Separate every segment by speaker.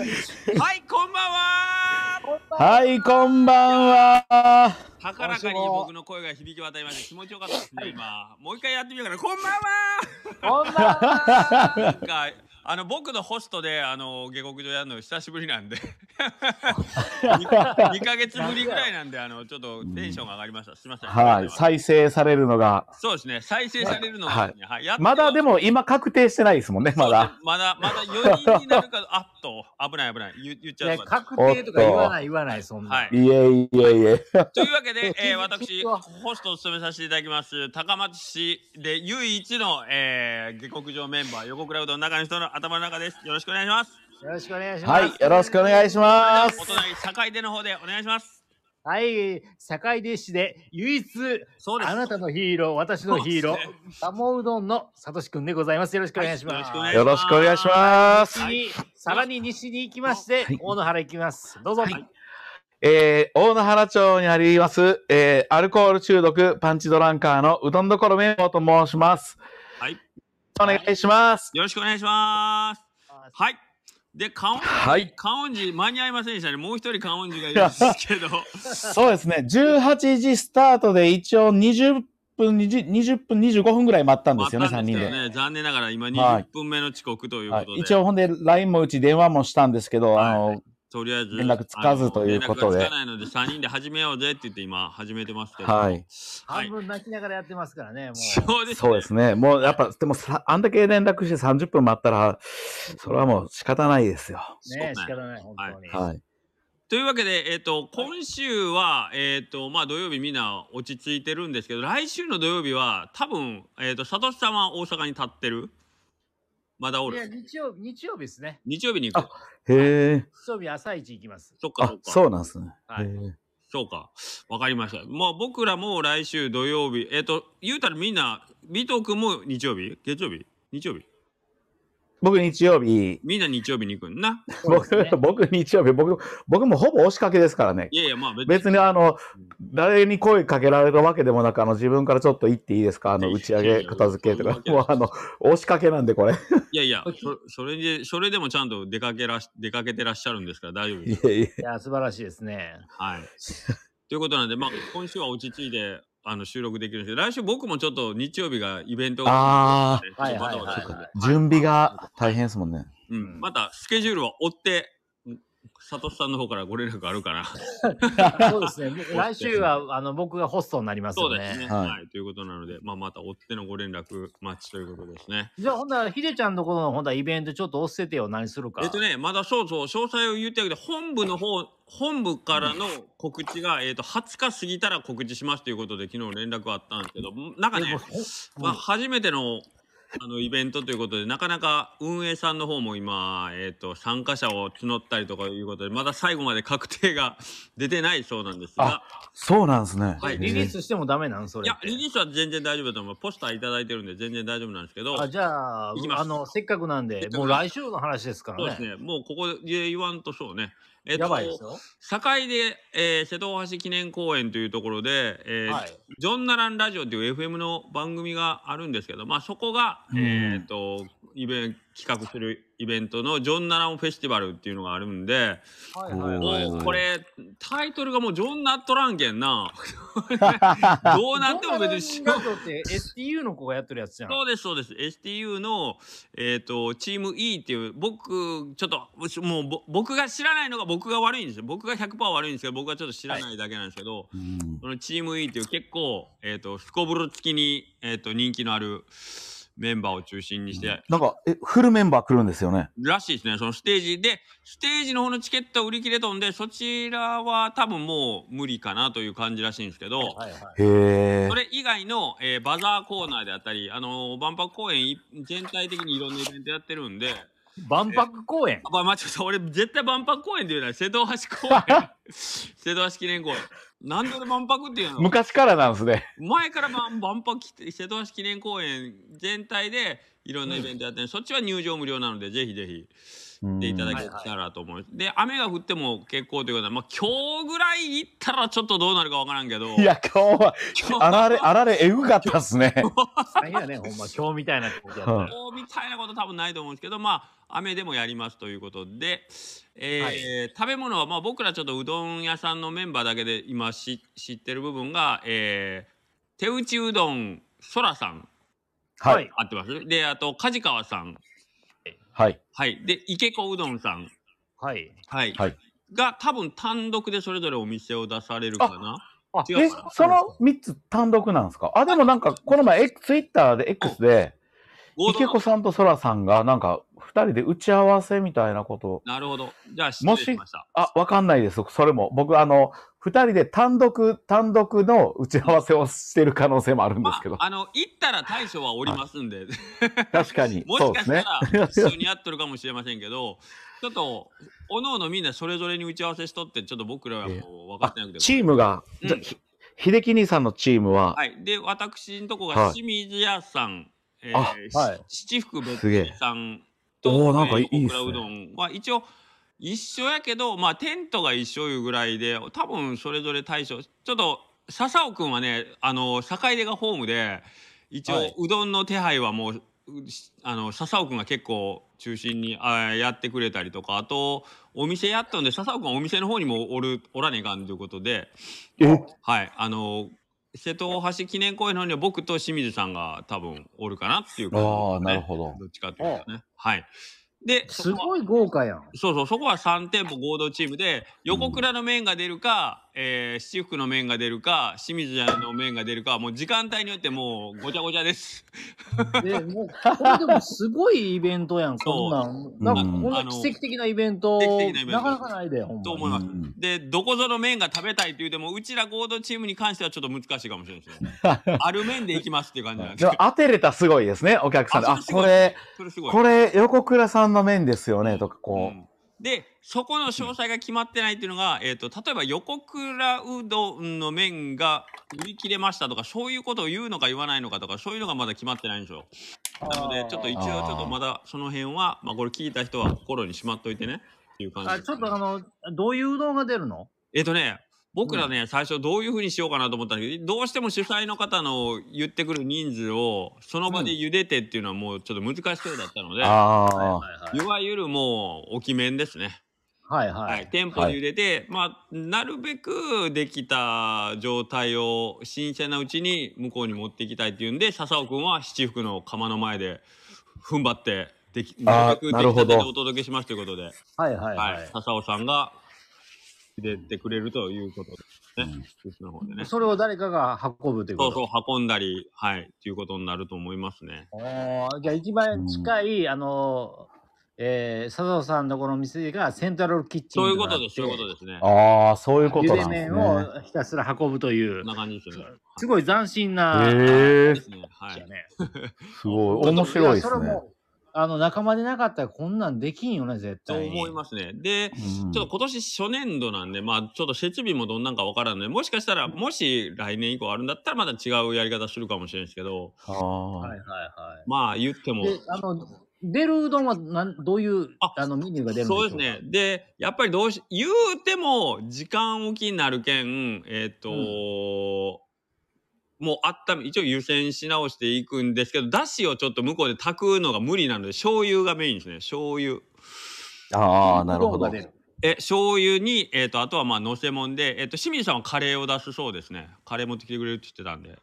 Speaker 1: はい、こんばんは。
Speaker 2: はい、こんばんは。
Speaker 1: 高らかに僕の声が響き渡りまして気持ちよかったですね、 今。もう一回やってみようかな。こんばん
Speaker 3: こんばんは。
Speaker 1: は。なんか、あの、僕のホストで、あの、下克上やるの久しぶりなんで。2, ヶ月ぶりぐらいなんで、あの、ちょっとテンションが上がりました。すみません。
Speaker 2: はい、再生されるのが、
Speaker 1: そうですね。再生されるのがですね、はいやっと
Speaker 2: まだでも今確定してないですもんね、まだ。
Speaker 1: まだ、まだ余韻になるか、あっと、危ない危ない。言言っちゃう
Speaker 3: ね、
Speaker 1: とこだ
Speaker 3: 確定とか言わない言わないそんな。
Speaker 1: はい。
Speaker 2: いえいえいえ。
Speaker 1: というわけ で、えー、私、
Speaker 3: ちょっ
Speaker 1: ホストを務めさせていただきます、高松市で唯一の、えー、下克上メンバー、横クラウドの中の人の頭の中です。よろしくお願いします。
Speaker 3: よろしくお願いします。
Speaker 2: はい、よろしくお願いしま
Speaker 1: お
Speaker 2: す。
Speaker 1: 隣、堺出の方でお願いします。
Speaker 3: はい、堺出市で唯一
Speaker 1: そうです。
Speaker 3: あなたのヒーロー、私のヒーロー、サモうどんのさとしくんでございます。よろしくお願いします。
Speaker 1: はい
Speaker 2: よろしくお願いします。
Speaker 1: はい
Speaker 3: 西にさらに西に行きまして、大野原行きます。どうぞ。
Speaker 1: はい
Speaker 2: えー、大野原町にあります、えー、アルコール中毒パンチドランカーのうどんどころめんぼうと申します。
Speaker 1: はい。
Speaker 2: お願いします。
Speaker 1: よろしくお願いします。はい。で、カウン、
Speaker 2: はい。
Speaker 1: カウンジ、間に合いませんで したね。もう一人カウンジがいるんですけど。
Speaker 2: そうですね、18時スタートで一応20分、20, 20分、25分ぐらい待ったんですよね、
Speaker 1: あった
Speaker 2: 3
Speaker 1: んで
Speaker 2: 人
Speaker 1: すけ
Speaker 2: で
Speaker 1: ど。ね。残念ながら今
Speaker 2: はい
Speaker 1: 20分目の遅刻というこ
Speaker 2: は
Speaker 1: と
Speaker 2: い
Speaker 1: で。、
Speaker 2: 一応ほんで LINE もうち電話もしたんですけど、
Speaker 1: はい
Speaker 2: あの
Speaker 1: とりあえず
Speaker 2: 連絡つかず
Speaker 1: あの
Speaker 2: ということで
Speaker 1: 連絡がつかないので3人で始めようぜって言って今始めてますけど
Speaker 2: はい
Speaker 1: は
Speaker 3: 半
Speaker 1: い
Speaker 3: 分泣きながらやってますからね、もう。
Speaker 1: そうです
Speaker 2: そうですねもうやっぱでもさあんだけ連絡して30分待ったらそれはもう仕方ないですよ
Speaker 3: ね
Speaker 1: そ
Speaker 3: 仕
Speaker 1: うなんや
Speaker 3: 方ない、本当に。
Speaker 2: はい
Speaker 1: というわけでえっ、と今週はえっ、とまあ土曜日みんな落ち着いてるんですけど来週の土曜日は多分えっ、とサトシさんは大阪に立ってるまだお
Speaker 3: いや、
Speaker 1: る
Speaker 3: 日曜日、日曜日ですね。
Speaker 1: 日曜日に行く
Speaker 2: へえ
Speaker 3: 日曜日朝一行きます。
Speaker 1: そっかそ
Speaker 2: あ
Speaker 1: っか
Speaker 2: そうなんですね、
Speaker 1: はい
Speaker 2: へえ
Speaker 1: そうかわかりましたまあ僕らも来週土曜日えっ、と言うたらみんな尾藤君も日曜日月曜日日曜日
Speaker 2: 僕日曜日
Speaker 1: みんな日曜日に行くんな
Speaker 3: そうです
Speaker 2: 僕,、
Speaker 3: ね
Speaker 2: 僕 日曜日僕僕もほぼ押しかけですからね
Speaker 1: いやいやまあ別に
Speaker 2: 別にあの誰に声かけられるわけでもなくあの自分からちょっと言っていいですかあの打ち上げ片付けとかもうあの押しかけなんでこれ
Speaker 1: いやいや、そそれで、それでもちゃんと出かけらし、出かけてらっしゃるんですから大丈夫です。
Speaker 2: いやいや
Speaker 3: いや、素晴らしいですね。
Speaker 1: はい。ということなんで、まあ、今週は落ち着いて、あの、収録できるんですけど、来週僕もちょっと日曜日がイベントが
Speaker 2: あ
Speaker 1: あるんで、
Speaker 3: は
Speaker 1: ち
Speaker 3: い
Speaker 1: ょっと
Speaker 3: はいはい
Speaker 1: バタバタして
Speaker 2: 準備が大変ですもんね
Speaker 1: うん。また、スケジュールを追って、うんサトシさんの方からご連絡あるかな。
Speaker 3: そうです ね。来週は、あの、僕がホストになります
Speaker 1: そ
Speaker 3: よ
Speaker 1: う
Speaker 3: ね。
Speaker 1: ですね。
Speaker 2: はい
Speaker 1: はい。ということなので、まあ、また追ってのご連絡待ちということですね。
Speaker 3: じゃあ、ほんなら、ひでちゃんのこの、ほんならイベントちょっと押せてよ、何するか。
Speaker 1: えっとね、まだそうそう、詳細を言ってあげて、本部の方、本部からの告知が、えっ、と、20日過ぎたら告知しますということで、昨日連絡あったんですけど、なんか
Speaker 3: で
Speaker 1: ね
Speaker 3: も、
Speaker 1: まあ、初めての、あの、イベントということで、なかなか運営さんの方も今、えっ、と、参加者を募ったりとかいうことで、まだ最後まで確定が 出てないそうなんですが、
Speaker 2: そうなんですね。
Speaker 1: はい
Speaker 3: リリースしてもダメなんそ
Speaker 1: い
Speaker 3: れ
Speaker 1: や
Speaker 3: っ、て。
Speaker 1: リリースは全然大丈夫だと思う。ポスターいただいてるんで、全然大丈夫なんですけど、
Speaker 3: あじゃあ
Speaker 1: いきます
Speaker 3: あの、せっかくなん
Speaker 1: せっ
Speaker 3: で
Speaker 1: か、く
Speaker 3: もう来週の話ですか
Speaker 1: そうで
Speaker 3: ら
Speaker 1: す
Speaker 3: ね。
Speaker 1: ね、もうここで言わんとそうね。えっと
Speaker 3: やばいですよ。
Speaker 1: 堺で、えー瀬戸大橋記念公園というところで、えー
Speaker 3: はい
Speaker 1: ジョン・ナランラジオという FM の番組があるんですけど、まあ、そこが、
Speaker 2: うん
Speaker 1: えー、とイベン企画するイベントのジョン・ナランフェスティバルっていうのがあるんで、
Speaker 3: はいはいはい。
Speaker 2: はいはい
Speaker 1: もうこれタイトルがもうジョン・ナットランけん などうなっても別にし
Speaker 3: どんなラジオって STU の子がやってるやつじゃん。
Speaker 1: そうですそうです STU の、えー、とチーム E っていう僕ちょっともうぼ僕が知らないのが僕が悪いんですよ僕が100%悪いんですけど僕がちょっと知らないだけなんですけど、
Speaker 2: うん
Speaker 1: そのチーム E っていう結構、えー、とすこぶる付きに、えー、と人気のあるメンバーを中心にして、
Speaker 2: なんか、え、フルメンバー来るんですよね。
Speaker 1: らしいですねそのステージでステージの方のチケットは売り切れとんでそちらは多分もう無理かなという感じらしいんですけど、
Speaker 3: はいはい。
Speaker 2: へえ
Speaker 1: そ。れ以外の、えーバザーコーナーであったり、あのー万博公園い全体的にいろんなイベントやってるんで、
Speaker 3: 万博公園。
Speaker 1: あまあ、待ってください俺絶対万博公園って言うな瀬戸大橋公 園瀬戸大橋記念公園なんで俺万博っていうの
Speaker 2: 昔からなんですね。
Speaker 1: 前から万万博き瀬戸大橋記念公園全体でいろんなイベントやってる、そっちは入場無料なのでぜひぜひ
Speaker 2: うん
Speaker 1: ていただけたらと思います。で、雨が降っても結構ということは、まあ、今日ぐらい行ったらちょっとどうなるかわからんけど、
Speaker 2: いや、今日は、
Speaker 1: 今日
Speaker 2: あられ、あられ、えぐかったっすね。
Speaker 3: 大変やね、ほんま。今日みたいなことや ったら。
Speaker 1: みたいなこと多分ないと思うんですけど、まあ、雨でもやりますということで、えー
Speaker 3: はい
Speaker 1: 食べ物は、まあ、僕らちょっとうどん屋さんのメンバーだけで今し知ってる部分が、えー手打ちうどん、そらさん、
Speaker 2: は。
Speaker 3: はいい。
Speaker 1: 合ってますで、あと、梶川さん、
Speaker 2: はい。
Speaker 1: はい。で、池子うどんさん、
Speaker 3: はい。
Speaker 1: はい。
Speaker 2: はい
Speaker 1: が、多分単独でそれぞれお店を出されるかな。
Speaker 3: あ
Speaker 1: 違
Speaker 2: え
Speaker 1: うかな、
Speaker 2: その3つ単独なんですかあ、でもなんか、この前、ツイッターで X で、
Speaker 1: 合同
Speaker 2: 池子さんとそらさんが、なんか、2人で打ち合わせみたいなこと。
Speaker 1: なるほど。じゃあ、失礼しました。
Speaker 2: あ、わかんないです。それも。僕、あの、2人で単独、単独の打ち合わせをしてる可能性もあるんで
Speaker 1: ます
Speaker 2: けど
Speaker 1: あ、。あの、行ったら大将はおりますんで、
Speaker 2: 確かに。
Speaker 1: も
Speaker 2: そ
Speaker 1: しかし
Speaker 2: うです
Speaker 1: た
Speaker 2: ね。
Speaker 1: ら一緒にやっとるかもしれませんけど、ちょっと、おのおのみんなそれぞれに打ち合わせしとって、ちょっと僕らはもう分かってなくて。
Speaker 2: チームが、
Speaker 1: うん
Speaker 2: じゃひ秀樹兄さんのチームは、
Speaker 1: はい。で、私のとこ
Speaker 2: は
Speaker 1: が
Speaker 2: い
Speaker 1: 清水屋さん、え
Speaker 2: あ
Speaker 1: ー
Speaker 3: はい
Speaker 1: し七福別
Speaker 2: すげえ
Speaker 1: 府さん
Speaker 2: お
Speaker 1: と、
Speaker 2: ーなんかいい
Speaker 1: えー
Speaker 2: いいっすね
Speaker 1: 小倉うどんは一応、一緒やけど、まあ、テントが一緒いうぐらいで、多分それぞれ大将、ちょっと、笹尾くんはね、あの、坂出がホームで、一応、
Speaker 3: はいう
Speaker 1: どんの手配はもう、うしあの、笹尾くんが結構中心にあやってくれたりとか、あと、お店やったんで、笹尾くんはお店の方にもおる、おらねえかんということで、
Speaker 2: え
Speaker 1: はい、あの瀬戸大橋記念公園の方には僕と清水さんが多分おるかなっていう感じですね、
Speaker 2: ああ、なるほど。
Speaker 1: どっちかっていうとね。はい。で、
Speaker 3: す
Speaker 1: そこは
Speaker 3: ごい豪華やん。
Speaker 1: そうそう、そこは3店舗合同チームで、横倉の面が出るか、えー七福の面が出るか、清水屋の面が出るか、もう時間帯によってもうごちゃごちゃです。
Speaker 3: で、もう、これでもすごいイベントやん、
Speaker 1: そう
Speaker 3: こ
Speaker 1: ん
Speaker 3: なん。なんか、こん
Speaker 1: あ
Speaker 3: な
Speaker 1: の
Speaker 3: 奇跡的なイベント
Speaker 1: 奇跡的なイベント、
Speaker 3: なかなかないで、ほんまに
Speaker 1: と思います
Speaker 2: うん。
Speaker 1: で、どこぞの面が食べたいって言うても、うちら合同チームに関してはちょっと難しいかもしれないですね。 ある面でいきますっていう感じなんです
Speaker 2: でも当てれたらすごいですね、お客さんで。あ、これ、、
Speaker 1: それすごい。
Speaker 2: これ、横倉さんの面ですよね、とか、
Speaker 1: う
Speaker 2: こ
Speaker 1: んでそこの詳細が決まってないっていうのが、えー、と例えば横倉うどんの麺が売り切れましたとかそういうことを言うのか言わないのかとかそういうのがまだ決まってないんですよなのでちょっと一応
Speaker 2: あ
Speaker 1: ち
Speaker 2: ー
Speaker 1: ょっとまだその辺は、まあ、これ聞いた人は心にしまっといてねっていう感じ
Speaker 3: あちょっとあの、どういううどんが出るの
Speaker 1: えっ、とね僕らね、最初どういうふうにしようかなと思ったんだけどどうしても主催の方の言ってくる人数をその場で茹でてっていうのはもうちょっと難しそうだったの
Speaker 2: う。
Speaker 1: で、
Speaker 2: あ
Speaker 1: いわゆるもう置き麺ですね
Speaker 3: はいはい。
Speaker 1: はい、店舗で茹でて、まあなるべくできた状態を新鮮なうちに向こうに持っていきたいっていうんで笹尾君は七福の釜の前で踏ん張ってでき
Speaker 2: あー
Speaker 1: なるべく出
Speaker 2: なる
Speaker 1: 来
Speaker 2: ほど
Speaker 1: たてでお届けしますということで、はい
Speaker 3: はいはいはい。
Speaker 1: 笹尾さんが入れてくれるということですね、うちの方でね。
Speaker 3: それを誰かが運ぶという
Speaker 1: そ
Speaker 3: こ
Speaker 1: うそ
Speaker 3: と
Speaker 1: う運んだりはいということになると思いますね。
Speaker 3: おーじゃあ一番近い、あの、えー、佐藤さんのこの店がセントラルキッチン
Speaker 1: そういうこ
Speaker 3: があ
Speaker 1: と
Speaker 3: って
Speaker 1: ですそういうことですね。
Speaker 2: あ。ああ、そういうこと
Speaker 3: ゆで
Speaker 2: なんです
Speaker 3: 麺
Speaker 2: ね。
Speaker 3: をひたすら運ぶとい
Speaker 1: こ
Speaker 3: うん
Speaker 1: な、感じですよね。
Speaker 3: すごい斬新な、
Speaker 2: へえ、
Speaker 1: ですねはい
Speaker 3: やね
Speaker 2: すごい。面白いです
Speaker 3: やそれ
Speaker 2: ね。
Speaker 3: もあの仲間でなかったらこんなんできんよね絶
Speaker 1: と
Speaker 3: 対に
Speaker 1: 思いますね。で、
Speaker 2: うん
Speaker 1: ちょっと今年初年度なんで、まあちょっと設備もどんなんかわからんので、もしかしたら、もし来年以降あるんだったらまた違うやり方するかもしれないですけど、
Speaker 2: あー
Speaker 3: はいはいは
Speaker 1: まあ言っても
Speaker 3: い。であの出るうどんはなんどういう
Speaker 1: あ
Speaker 3: あのメニューが出るんでしょ
Speaker 1: そううですね。で、やっぱりどうし、言うても時間置きになるけん、えっ、ともうあっため、一応湯煎し直していくんですけど、だしをちょっと向こうで炊くのが無理なので、醤油がメインですね。醤油。
Speaker 2: あー、なるほ
Speaker 3: うど
Speaker 2: ど
Speaker 3: んが。出る
Speaker 1: え、醤油に、えっ、と、あとはまあ、のせもんで、えっ、と、清水さんはカレーを出すそうですね。カレー持ってきてくれるって言ってたんで。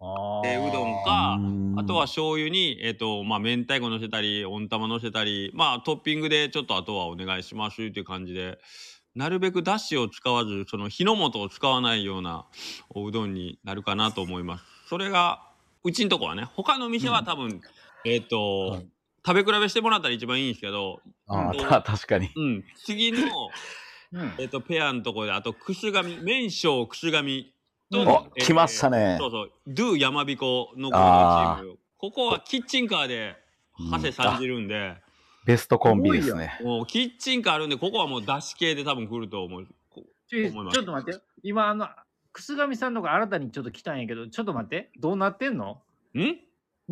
Speaker 3: あー
Speaker 1: でうどんか
Speaker 2: うん
Speaker 1: あとは、醤油に、えっ、と、まあ、明太子乗せたり、温玉乗せたり、まあ、トッピングでちょっとあとはお願いしますっていう感じで、なるべくだしを使わず、その火の元を使わないようなおうどんになるかなと思います。それが、うちんとこはね、他の店は多分、えっ、と、
Speaker 2: はい
Speaker 1: 食べ比べしてもらったら一番いいんですけど、
Speaker 2: あーた確かに。
Speaker 1: うん、次の、
Speaker 3: うん
Speaker 1: えっ、と、ペアのところで、あと、くすがみ、麺匠くすがみと、
Speaker 2: お
Speaker 1: え、ー
Speaker 2: 来ましたね
Speaker 1: そ。うそう、ドゥやまびこのこのチ
Speaker 2: あ
Speaker 1: ーム。ここはキッチンカーで、
Speaker 2: うん
Speaker 1: ハセさじるんで、
Speaker 2: ベストコンビですね。
Speaker 1: もうキッチンカーあるんで、ここはもう出し系で多分来ると思う。こ
Speaker 3: ちょ
Speaker 1: 思います
Speaker 3: ちょっと待って今あの楠上さんのが新たにちょっと来たんやけどちょっと待ってどうなってんの
Speaker 1: ん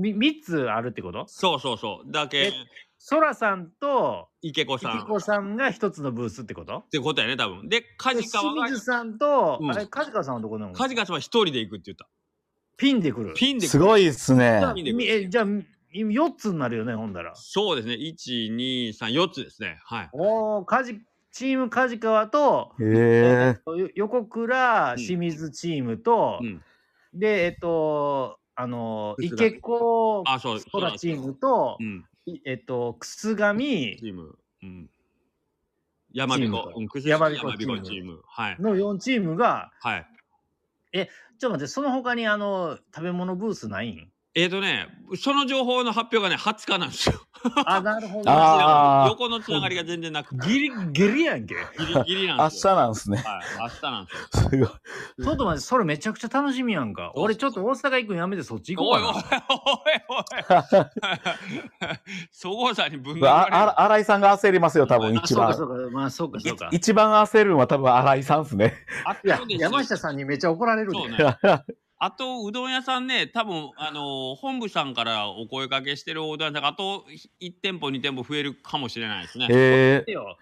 Speaker 3: み3つあるってこと
Speaker 1: そうそうそう。だけ
Speaker 3: え、ソラさんと
Speaker 1: 池子さん
Speaker 3: 池
Speaker 1: っ
Speaker 3: 子さんが一つのブースってこと
Speaker 1: てことやね、多分。で、
Speaker 3: で
Speaker 1: 梶川
Speaker 3: 清
Speaker 1: が、
Speaker 3: 水さんと、
Speaker 1: うん
Speaker 3: あれ梶川さんはどこなの
Speaker 1: 梶川さんは一人で行くって言った。
Speaker 3: ピンで来る
Speaker 1: ピンで来る
Speaker 2: すごいですね
Speaker 3: じゃあ
Speaker 1: ピンで来る
Speaker 3: みえじゃあ4つになるよねほんだら
Speaker 1: そうですね。1、2、3、4つですね。はい。
Speaker 3: おお梶チーム梶川と
Speaker 2: へえ
Speaker 3: よ横倉
Speaker 1: うん
Speaker 3: 清水チームと、
Speaker 1: うん
Speaker 3: でえっとあの
Speaker 1: 楠田
Speaker 3: 池子
Speaker 1: あ、そう。
Speaker 3: ソラチームと
Speaker 1: う、ん。
Speaker 3: いえっと楠上
Speaker 1: チーム。うん。山彦。
Speaker 3: チーム
Speaker 1: うん。屈
Speaker 3: 山
Speaker 1: 山
Speaker 3: 彦
Speaker 1: 彦
Speaker 3: チーム
Speaker 1: チーム。はい。
Speaker 3: の4チームが
Speaker 1: はい。
Speaker 3: ちょっと待ってその他にあの食べ物ブースないん
Speaker 1: えっ、ー、とね、その情報の発表がね、20日なんですよ。
Speaker 3: あなるほど
Speaker 2: あー
Speaker 1: 横のつながりが全然なくて。
Speaker 3: ギリギリやんけ
Speaker 1: ギリギリな
Speaker 2: 明
Speaker 1: んで
Speaker 2: 日
Speaker 1: すよ。
Speaker 2: なんですね。
Speaker 1: はい。明日なんですよ。
Speaker 2: すごい。
Speaker 3: ちょっと待って、それめちゃくちゃ楽しみやんか。俺ちょっと大阪行くんやめてそっち行こう
Speaker 1: おい
Speaker 3: か
Speaker 1: おいおい
Speaker 3: な。
Speaker 1: おいそごうさんに分断
Speaker 2: あ
Speaker 1: 言われる
Speaker 2: あ新井さんが焦りますよ、多分
Speaker 1: あ
Speaker 2: 一
Speaker 3: そうか
Speaker 2: 番。
Speaker 3: そうか、まあそうかそうか
Speaker 2: い。一番焦るのは多分新井さんですね。
Speaker 1: あ
Speaker 3: いや
Speaker 1: と、ですよ
Speaker 3: 山下さんにめっちゃ怒られるで。
Speaker 1: そうね。あと、うどん屋さんね、多分あのー本部さんからお声掛けしてるうどん屋さんが、あと1店舗、2店舗増えるかもしれないですね。
Speaker 2: へえ。
Speaker 3: よ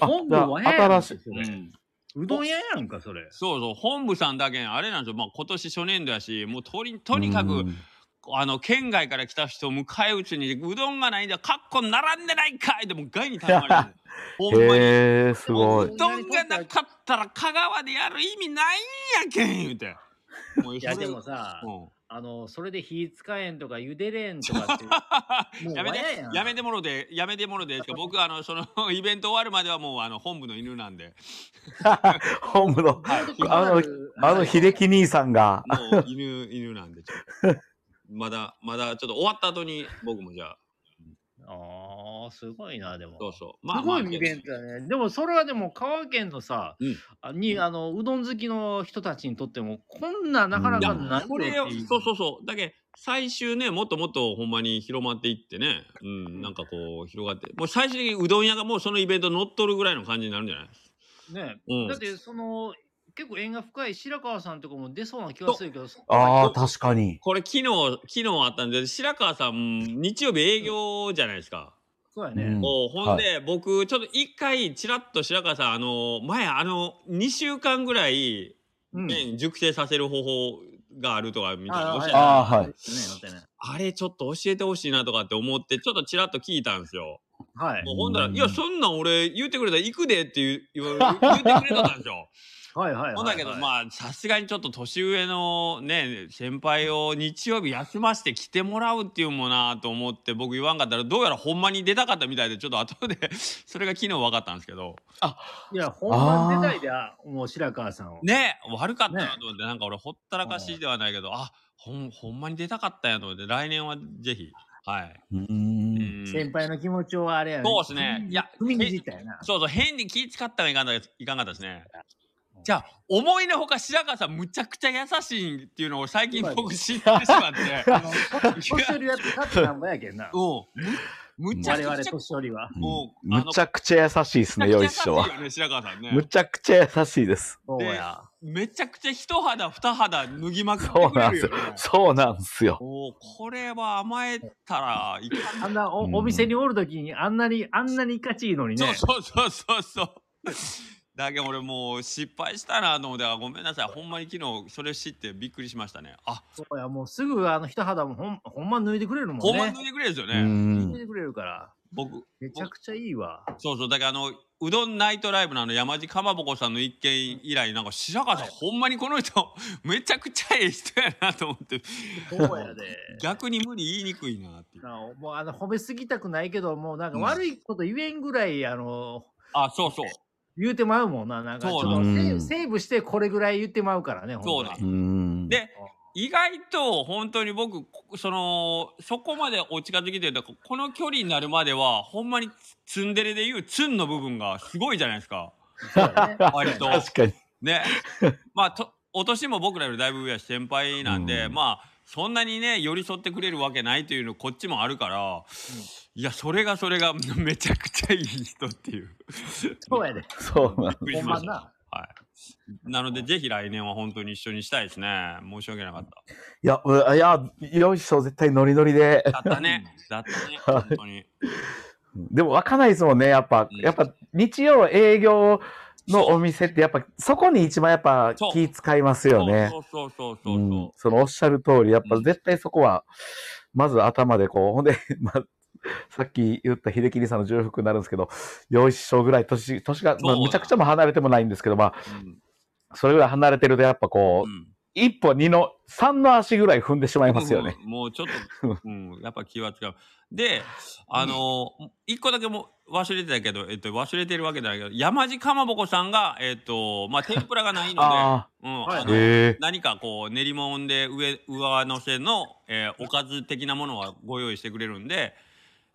Speaker 2: あ
Speaker 3: 本部はやん
Speaker 2: 新しい
Speaker 1: うん
Speaker 3: うどん屋やんか、それ。
Speaker 1: そうそう、本部さんだけあれなんですよ、まあ、今年初年度やし、もうとりとにか
Speaker 2: う
Speaker 1: く
Speaker 2: ん
Speaker 1: あの県外から来た人を迎え撃つに、うどんがないんだ、かっこ並んでないんかいでもう外に頼まれる。ほんまに
Speaker 2: へえ、すご
Speaker 1: う
Speaker 2: い。
Speaker 1: どんがなかったら香川でやる意味ないんやけん言うて。もう
Speaker 3: いや、
Speaker 1: それ
Speaker 3: でもさ
Speaker 1: う、ん
Speaker 3: あの、それで火使えんとか、茹でれんとかって。もう
Speaker 1: やめて
Speaker 3: 親ん、
Speaker 1: やめてもろで、やめてもろで、僕、あの、その、イベント終わるまではもう、あの、本部の犬なんで、
Speaker 2: 本部の、あの、あの、秀樹兄さんが、
Speaker 1: も う、犬、犬なんで、ちょっとまだ、まだ、ちょっと終わった後に、僕もじゃあ、
Speaker 3: ああ、すごいな、でも。
Speaker 1: そうそう。
Speaker 3: すごいイベン
Speaker 1: ト。
Speaker 3: トだね。でもそれはでも香川県のさ、
Speaker 1: うん
Speaker 3: あにあのうどん好きの人たちにとってもこんななかないか
Speaker 1: や
Speaker 2: うん
Speaker 3: ない、。
Speaker 1: これを、そうそうそう。だけど最終ね、もっともっとほんまに広まっていってね、うん、なんかこう、広がって、もう最終的にうどん屋がもうそのイベント乗っ取るぐらいの感じになるんじゃないう
Speaker 3: ね、
Speaker 1: うん。
Speaker 3: だってその結構縁が深い白川さんとかも出そうな気がするけど、そ
Speaker 2: ああ、確かに。
Speaker 1: これ昨日、昨日あったんで、白川さん、日曜日営業じゃないですか。
Speaker 3: そうやね。
Speaker 2: うん
Speaker 1: おほんで、僕、ちょっと一回、ちらっと白川さん、あの、前、あの、2週間ぐらい、
Speaker 3: うん
Speaker 1: ね熟成させる方法があるとか、みたいな
Speaker 3: あ
Speaker 1: おっしゃって
Speaker 2: あ
Speaker 1: た
Speaker 2: あはい
Speaker 3: ねやってね
Speaker 1: あれ、ちょっと教えてほしいなとかって思って、ちょっとちらっと聞いたんですよ。
Speaker 3: はい
Speaker 1: もうほんだら、
Speaker 2: うん
Speaker 1: いや、そんなん俺、言ってくれたら行くでって言う言わ言ってくれとったんですよ。
Speaker 3: はいはいはいはい。
Speaker 1: ほんだけど、まあ、さすがにちょっと年上のね、先輩を日曜日休ませて来てもらうっていうのもなと思って、僕言わんかったら、どうやらほんまに出たかったみたいで、ちょっと後で、 それが昨日分かったんですけど、
Speaker 3: いや本番出たいであもう白川さんを。
Speaker 1: ね、悪かったなと思って、なんか俺、ほったらかしではないけど、あ、ほん、ほんまに出たかったんやと思って、来年はぜひ、はい。
Speaker 2: う。
Speaker 1: うんん
Speaker 3: 先輩の気持ちをあれやね。
Speaker 1: そうっすねいや
Speaker 3: 踏みにじったよな。
Speaker 1: そうそう、変に気使ったらいかんだいかんかったですね。じゃあ、思いのほか白川さん、むちゃくちゃ優しいっていうのを最近僕知ってしまって。
Speaker 3: あの年寄りは勝ってなんぼやけ んな。
Speaker 1: うん。むむちゃ
Speaker 3: 我
Speaker 1: く
Speaker 3: 々
Speaker 1: ちゃ。
Speaker 3: 年寄りは。
Speaker 1: もう
Speaker 2: むちゃくちゃ優しいですね、よいしょは。
Speaker 1: ね、白川さんね。
Speaker 2: むちゃくちゃ優しいです。
Speaker 3: そう
Speaker 1: で
Speaker 3: や。
Speaker 1: めちゃくちゃ一肌二肌脱ぎまくって
Speaker 2: そう
Speaker 1: く
Speaker 2: な
Speaker 1: れ
Speaker 2: ん
Speaker 1: る
Speaker 2: です
Speaker 1: よ
Speaker 2: よ
Speaker 1: ね。。
Speaker 2: そうなんですよ。
Speaker 1: おお、これは甘えたらいかん。
Speaker 3: あんなお,、
Speaker 2: うん
Speaker 3: お店におるときにあんなにあんなにいかちいのにね。
Speaker 1: そうそうそうそうそう。だけど俺もう失敗したなと思って、あごめんなさい。ほんまに昨日それ知ってびっくりしましたね。あ、
Speaker 3: そうやもうすぐあの一肌もほんほんま脱いでくれるもんね。
Speaker 1: ほんまに脱いでくれるんですよ
Speaker 2: う
Speaker 1: ね。
Speaker 3: 脱い
Speaker 2: ん。
Speaker 3: でくれるから
Speaker 1: 僕、
Speaker 3: めちゃくちゃいいわ。
Speaker 1: そうそう、だからあの、うどんナイトライブのあの山地かまぼこさんの一件以来、なんか白川さん、ほんまにこの人、 めちゃくちゃええ人やなと思って、
Speaker 3: そうやで。
Speaker 1: 逆に無理言いにくいなっていう。
Speaker 3: なあもうあの褒めすぎたくないけどもうなんか
Speaker 1: うん
Speaker 3: 悪いこと言えんぐらい、あの
Speaker 1: あ、そうそう。
Speaker 3: 言うてまうもんななんかちょっ
Speaker 1: そう
Speaker 2: な
Speaker 3: と
Speaker 2: ん
Speaker 3: セー
Speaker 2: うん
Speaker 3: ブセーブしてこれぐらい言ってまうからね。ほんまに
Speaker 1: そう
Speaker 2: うん。
Speaker 1: で意外と、本当に僕、こその、そこまでお近づきというか、ここの距離になるまでは、ほんまにツンデレで言うツンの部分がすごいじゃないですか。
Speaker 3: そうやね
Speaker 1: 割と。
Speaker 2: 確かに。
Speaker 1: ね。まあ、と、お年も僕らよりだいぶ上やし先輩なんで、
Speaker 2: うん
Speaker 1: まあ、そんなにね、寄り添ってくれるわけないというの、こっちもあるから、いや、それがそれが めちゃくちゃいい人っていう。
Speaker 3: そうやで。
Speaker 2: そうなん
Speaker 1: びっくりしました。
Speaker 3: ほんま
Speaker 1: はなので、ぜひ来年は本当に一緒にしたいですね。申し訳なかっ
Speaker 2: いや、ういや、よいしょ、絶対ノリノリで。
Speaker 1: た。だったね。だったね。本当に。
Speaker 2: でも、わかんないですもんね、やっぱ。
Speaker 1: うん
Speaker 2: やっぱ、日曜営業のお店って、やっぱ、そこに一番やっぱ
Speaker 1: そう
Speaker 2: 気使いますよね
Speaker 1: そ。うそうそうそうそうう。
Speaker 2: んそのおっしゃる通り、やっぱ
Speaker 1: うん
Speaker 2: 絶対そこは、まず頭でこう、ほんで、 まあ、さっき言った秀樹さんの重複になるんですけど、よいしょぐらい、年、年が、まあ、
Speaker 1: そうだ
Speaker 2: むちゃくちゃも離れてもないんですけど、ま
Speaker 1: うん
Speaker 2: あ、それぐらい離れてると、やっぱこ
Speaker 1: う
Speaker 2: う、
Speaker 1: ん
Speaker 2: 一歩、二の、三の足ぐらい踏んでしまいますよね。
Speaker 1: うんもうちょっ と、うん、やっぱ気は違う。で、あの一個だけも忘れてたけど、えっと、忘れてるわけじゃないけど、山地かまぼこさんが、えっと、まあ、天ぷらがないので、
Speaker 2: あ
Speaker 1: うん、
Speaker 3: はい
Speaker 1: あ
Speaker 2: あ、
Speaker 1: の
Speaker 2: へえ。
Speaker 1: 何かこう練り物で上上乗せの、えーおかず的なものはご用意してくれるんで、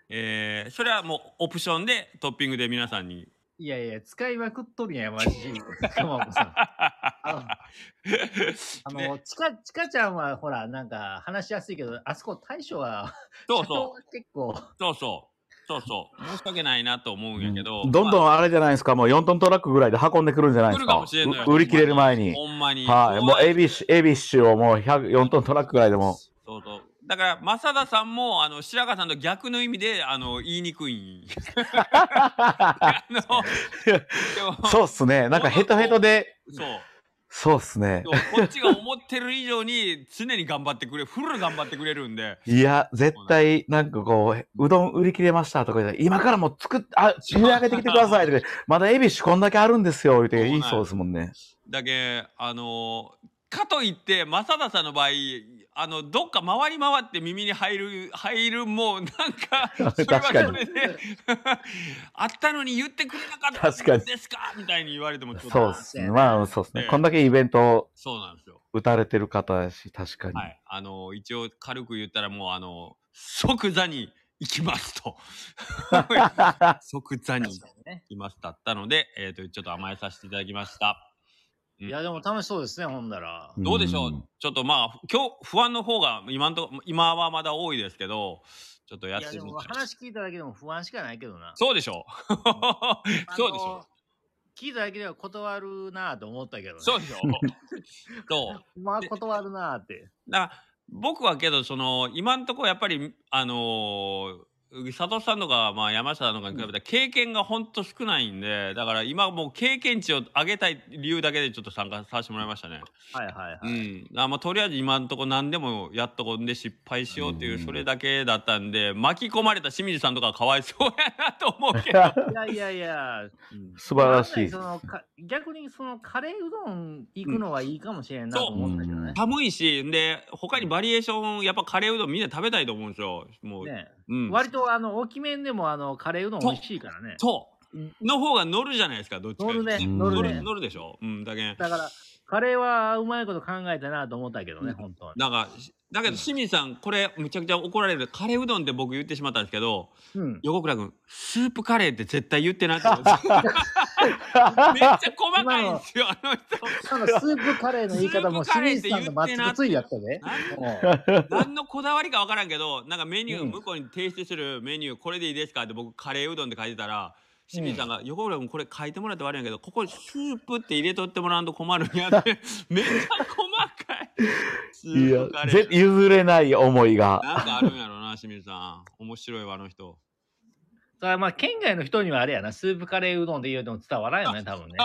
Speaker 1: えーそれはもうオプションでトッピングで皆さんに
Speaker 3: いやいや、使いまくっとるやん、マジで。かまぼこ さん。あの、あのちか、ちかちゃんはほら、なんか話しやすいけど、あそこ大将は、
Speaker 1: そう
Speaker 3: 社長
Speaker 1: そ
Speaker 3: は結構、
Speaker 1: うそうそうそうそう申し訳ないなと思うんやけど、
Speaker 2: どんど
Speaker 1: ん
Speaker 2: んあれじゃないですか、もう4トントラックぐらいで運んでくるんじゃないで
Speaker 1: 来
Speaker 2: す
Speaker 1: るか
Speaker 2: か
Speaker 1: もしれんのよ。
Speaker 2: う売り切れる前に。
Speaker 1: ほんまに
Speaker 2: はい。もうエビッシュ、エビッシュをもう100 4トントラックぐらいでも。
Speaker 1: そうそうだから正田さんもあの白川さんと逆の意味であの言いにく いあのでも
Speaker 2: そうっすね。なんかヘトヘトで、
Speaker 1: そう
Speaker 2: そうっす
Speaker 1: で
Speaker 2: ね。
Speaker 1: もこっちが思ってる以上に常に頑張ってくれフル頑張ってくれるんで
Speaker 2: いや、絶対、なんかこう、うどん売り切れましたとか言ったら、今からもう作っ、あ、仕上げてきてくださいとか言って、まだエビッシュこんだけあるんですよ、
Speaker 1: そ
Speaker 2: 言う
Speaker 1: う
Speaker 2: て、
Speaker 1: なん
Speaker 2: いいそうですもんね。
Speaker 1: だけあのかといって正田さんの場合あのどっか回り回って耳に入る入るもうなん かそれはそれで あったのに言ってくれなかっ
Speaker 2: 確か
Speaker 1: たん
Speaker 2: に
Speaker 1: ですかみたいに言われてもちょっと
Speaker 2: そうっすね。まあ、そうっすね。こんだけイベント
Speaker 1: そうなんですよ。
Speaker 2: 打たれてる方やし、確かに。
Speaker 1: はい、あの一応軽く言ったらもうあの即座に行きます と即座に
Speaker 3: 確か
Speaker 1: 行
Speaker 3: にね。
Speaker 1: きますだったので、えー、とちょっと甘えさせていただきました。うん
Speaker 3: いや、でも楽しそうですね、ほんだら。
Speaker 2: ん
Speaker 1: どうでしょう、ちょっとまあ今日不安の方が今んとこ今はまだ多いですけどちょっとやっ
Speaker 3: いや、
Speaker 1: て
Speaker 3: で
Speaker 1: み
Speaker 3: も
Speaker 1: たい
Speaker 3: 話聞いただけでも不安しかないけどな。
Speaker 1: そうでしょう そうでしょう
Speaker 3: う。聞いただけでは断るなぁと思ったけど、ね、
Speaker 1: そうでし ょうそう
Speaker 3: まあ断るなぁって。
Speaker 1: だから僕はけどその今んところやっぱりあのー佐藤さんとか、まあ、山下さんとかに比べたら経験がほんと少ないんでだから今もう経験値を上げたい理由だけでちょっと参加させてもらいましたね。
Speaker 3: はいはいは
Speaker 1: う
Speaker 3: い。
Speaker 1: ん、あまあとりあえず今んとこ何でもやっとこんで失敗しようっていう
Speaker 2: うん
Speaker 1: それだけだったんで巻き込まれた清水さんとかはかわいそうやなと思うけ ど、
Speaker 3: いやいやいや、
Speaker 1: うん
Speaker 2: 素晴らしい。
Speaker 3: そのか逆にそのカレーうどん行くのはいいかもしれんな
Speaker 1: うん
Speaker 3: と思ったけどね。
Speaker 1: 寒いしで他にバリエーションやっぱカレーうどんみんな食べたいと思うんですよ。もう
Speaker 3: ね
Speaker 1: うん、
Speaker 3: 割とあの大きめんでもあのカレーうどん美味しいからね。
Speaker 1: そう。の方が乗るじゃないですか、どっちか言うと
Speaker 3: 乗るね
Speaker 2: 乗るね
Speaker 1: 乗るでしょ。うん、だけん
Speaker 3: だからカレーはうまいこと考えたなと思ったけどね、
Speaker 1: うん
Speaker 3: 本当はね。
Speaker 1: なんか、だけど清水さん、これ、むちゃくちゃ怒られる。カレーうどんって僕言ってしまったんですけど、
Speaker 3: うん。
Speaker 1: 横倉君、スープカレーって絶対言ってないって言うんですよめっちゃ細かいんですよ、あの人。
Speaker 3: あのスープカレーの言い方も
Speaker 1: スープカ
Speaker 3: 清
Speaker 1: レーって
Speaker 3: 水
Speaker 1: 言
Speaker 3: さ
Speaker 1: っ
Speaker 3: ん
Speaker 1: て
Speaker 3: が
Speaker 1: な
Speaker 3: まっつついやった ね。うん
Speaker 1: 何のこだわりか分からんけど、なんかメニュー、
Speaker 3: うん
Speaker 1: 向こうに提出するメニュー、これでいいですかって僕、カレーうどんって書いてたら、清水さんが、横倉君これ書いてもらって悪いんやけど、ここにスープって入れとってもらうと困るんやって、めっちゃ細かい。ス
Speaker 2: い
Speaker 1: ープカ
Speaker 2: や、
Speaker 1: レ
Speaker 2: ぜ
Speaker 1: ー。
Speaker 2: 譲れない思いが。
Speaker 1: なんかあるんやろな、清水さん。面白いわ、あの人。
Speaker 3: ただまあ県外の人にはあれやな、スープカレーうどんで言うても伝わらんよね、多 分ね。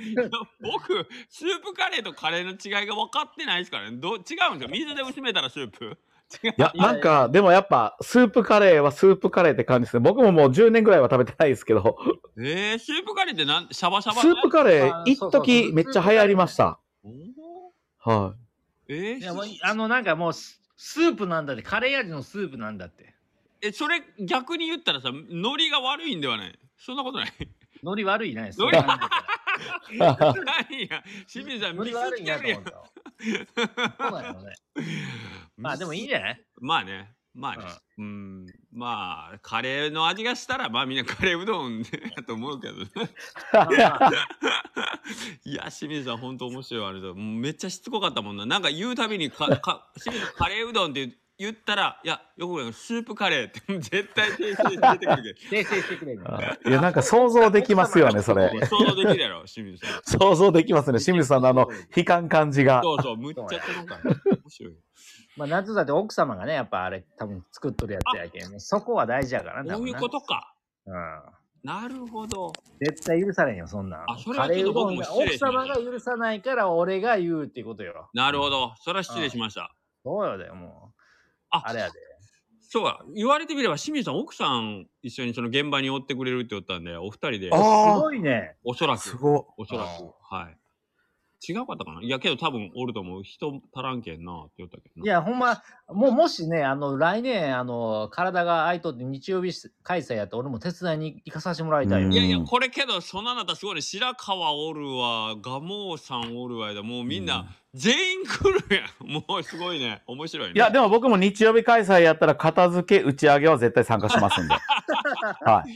Speaker 1: いや僕、スープカレーとカレーの違いが分かってないですからね。ど違うんですよ。水で薄めたらスープ。違う
Speaker 2: いや、なんか、でもやっぱ、スープカレーはスープカレーって感じですね。僕ももう10年ぐらいは食べてないですけど、
Speaker 1: えー、スープカレーってなんシャバシ
Speaker 2: ス
Speaker 1: ャバ
Speaker 2: ープカレー、
Speaker 3: あー
Speaker 2: 一
Speaker 3: そうそう
Speaker 2: 時めっちゃ流行りました。
Speaker 1: おー
Speaker 2: は
Speaker 1: えー
Speaker 3: いやもうあのなんかもうススープなんだって、カレー味のスープなんだって。
Speaker 1: えそれ逆に言ったらさノリが悪いんではないそんな ことない
Speaker 3: ノリ悪いな、ね、
Speaker 1: ノリ
Speaker 3: そんなんだから
Speaker 2: い。
Speaker 1: 何や清水さん
Speaker 3: ノ
Speaker 1: ミ
Speaker 3: リ
Speaker 1: スっ
Speaker 3: 悪い
Speaker 1: てや
Speaker 3: なと
Speaker 1: るや
Speaker 3: 思っ
Speaker 1: ん
Speaker 3: たわ。そうなんよね。まあでもいいん
Speaker 1: ね
Speaker 3: じゃない
Speaker 1: まあねまあねうんまあカレーの味がしたらまあみんなカレーうどんやと思うけどね
Speaker 3: まあ
Speaker 1: いや清水さん ほんと面白いあれだめっちゃしつこかったもんななんか言うたびにかか清水さんカレーうどんって言ったら、いや、よくないスープカレーって 絶対訂正して出てくる
Speaker 3: 訂正してくれる。
Speaker 2: あいや、なんか想像できますよね、そ
Speaker 1: け
Speaker 2: れ
Speaker 1: ど、。想像できるやろ、清水さん。
Speaker 2: 想像できますね。清水さんのあの、悲観感じが。
Speaker 1: そうそう、むっちゃ楽かった。面白い。
Speaker 3: まあ、夏だって奥様がね、やっぱあれ、多分作っとるやつやけんね。そこは大事やからな。
Speaker 1: こういうこ
Speaker 3: 多
Speaker 1: とか。
Speaker 3: 分な。うん。
Speaker 1: なるほど。
Speaker 3: 絶対許されんよ、そんなん。
Speaker 1: あそれは
Speaker 3: カレ
Speaker 1: ち
Speaker 3: ー
Speaker 1: ょっと
Speaker 3: うど
Speaker 1: 僕
Speaker 3: ん
Speaker 1: も
Speaker 3: が
Speaker 1: 失礼
Speaker 3: 奥
Speaker 1: しました
Speaker 3: 様が許さないから俺が言うってことよ。
Speaker 1: なるほど。それは失礼しました。
Speaker 3: そうよだよ、もう。
Speaker 1: あ
Speaker 3: あれやで。
Speaker 1: そうか。言われてみれば、清水さん、奥さん一緒にその現場に追ってくれるって言ったんで、お二人で、
Speaker 3: す
Speaker 2: あ
Speaker 3: ごいね。
Speaker 1: おそら
Speaker 2: あ、す
Speaker 1: く、
Speaker 2: ご
Speaker 1: おそらく、はい。違うかったかないや、けど多分おると思う。人足らんけんなって言ったけど
Speaker 3: い
Speaker 1: な。
Speaker 3: や、ほんま、もう、もしね、あの、来年、あの、体が空いとって日曜日開催やって、俺も手伝いに行かさせてもらいたいよ。
Speaker 2: うん
Speaker 1: いやいや、これけど、そんなあなたすごいね。白川おるわ、蒲生さんおるわだ。もうみんな、全員来るやん。 もうすごいね。面白いね。
Speaker 2: い。いや、でも僕も日曜日開催やったら、片付け、打ち上げは絶対参加しますんで。はい。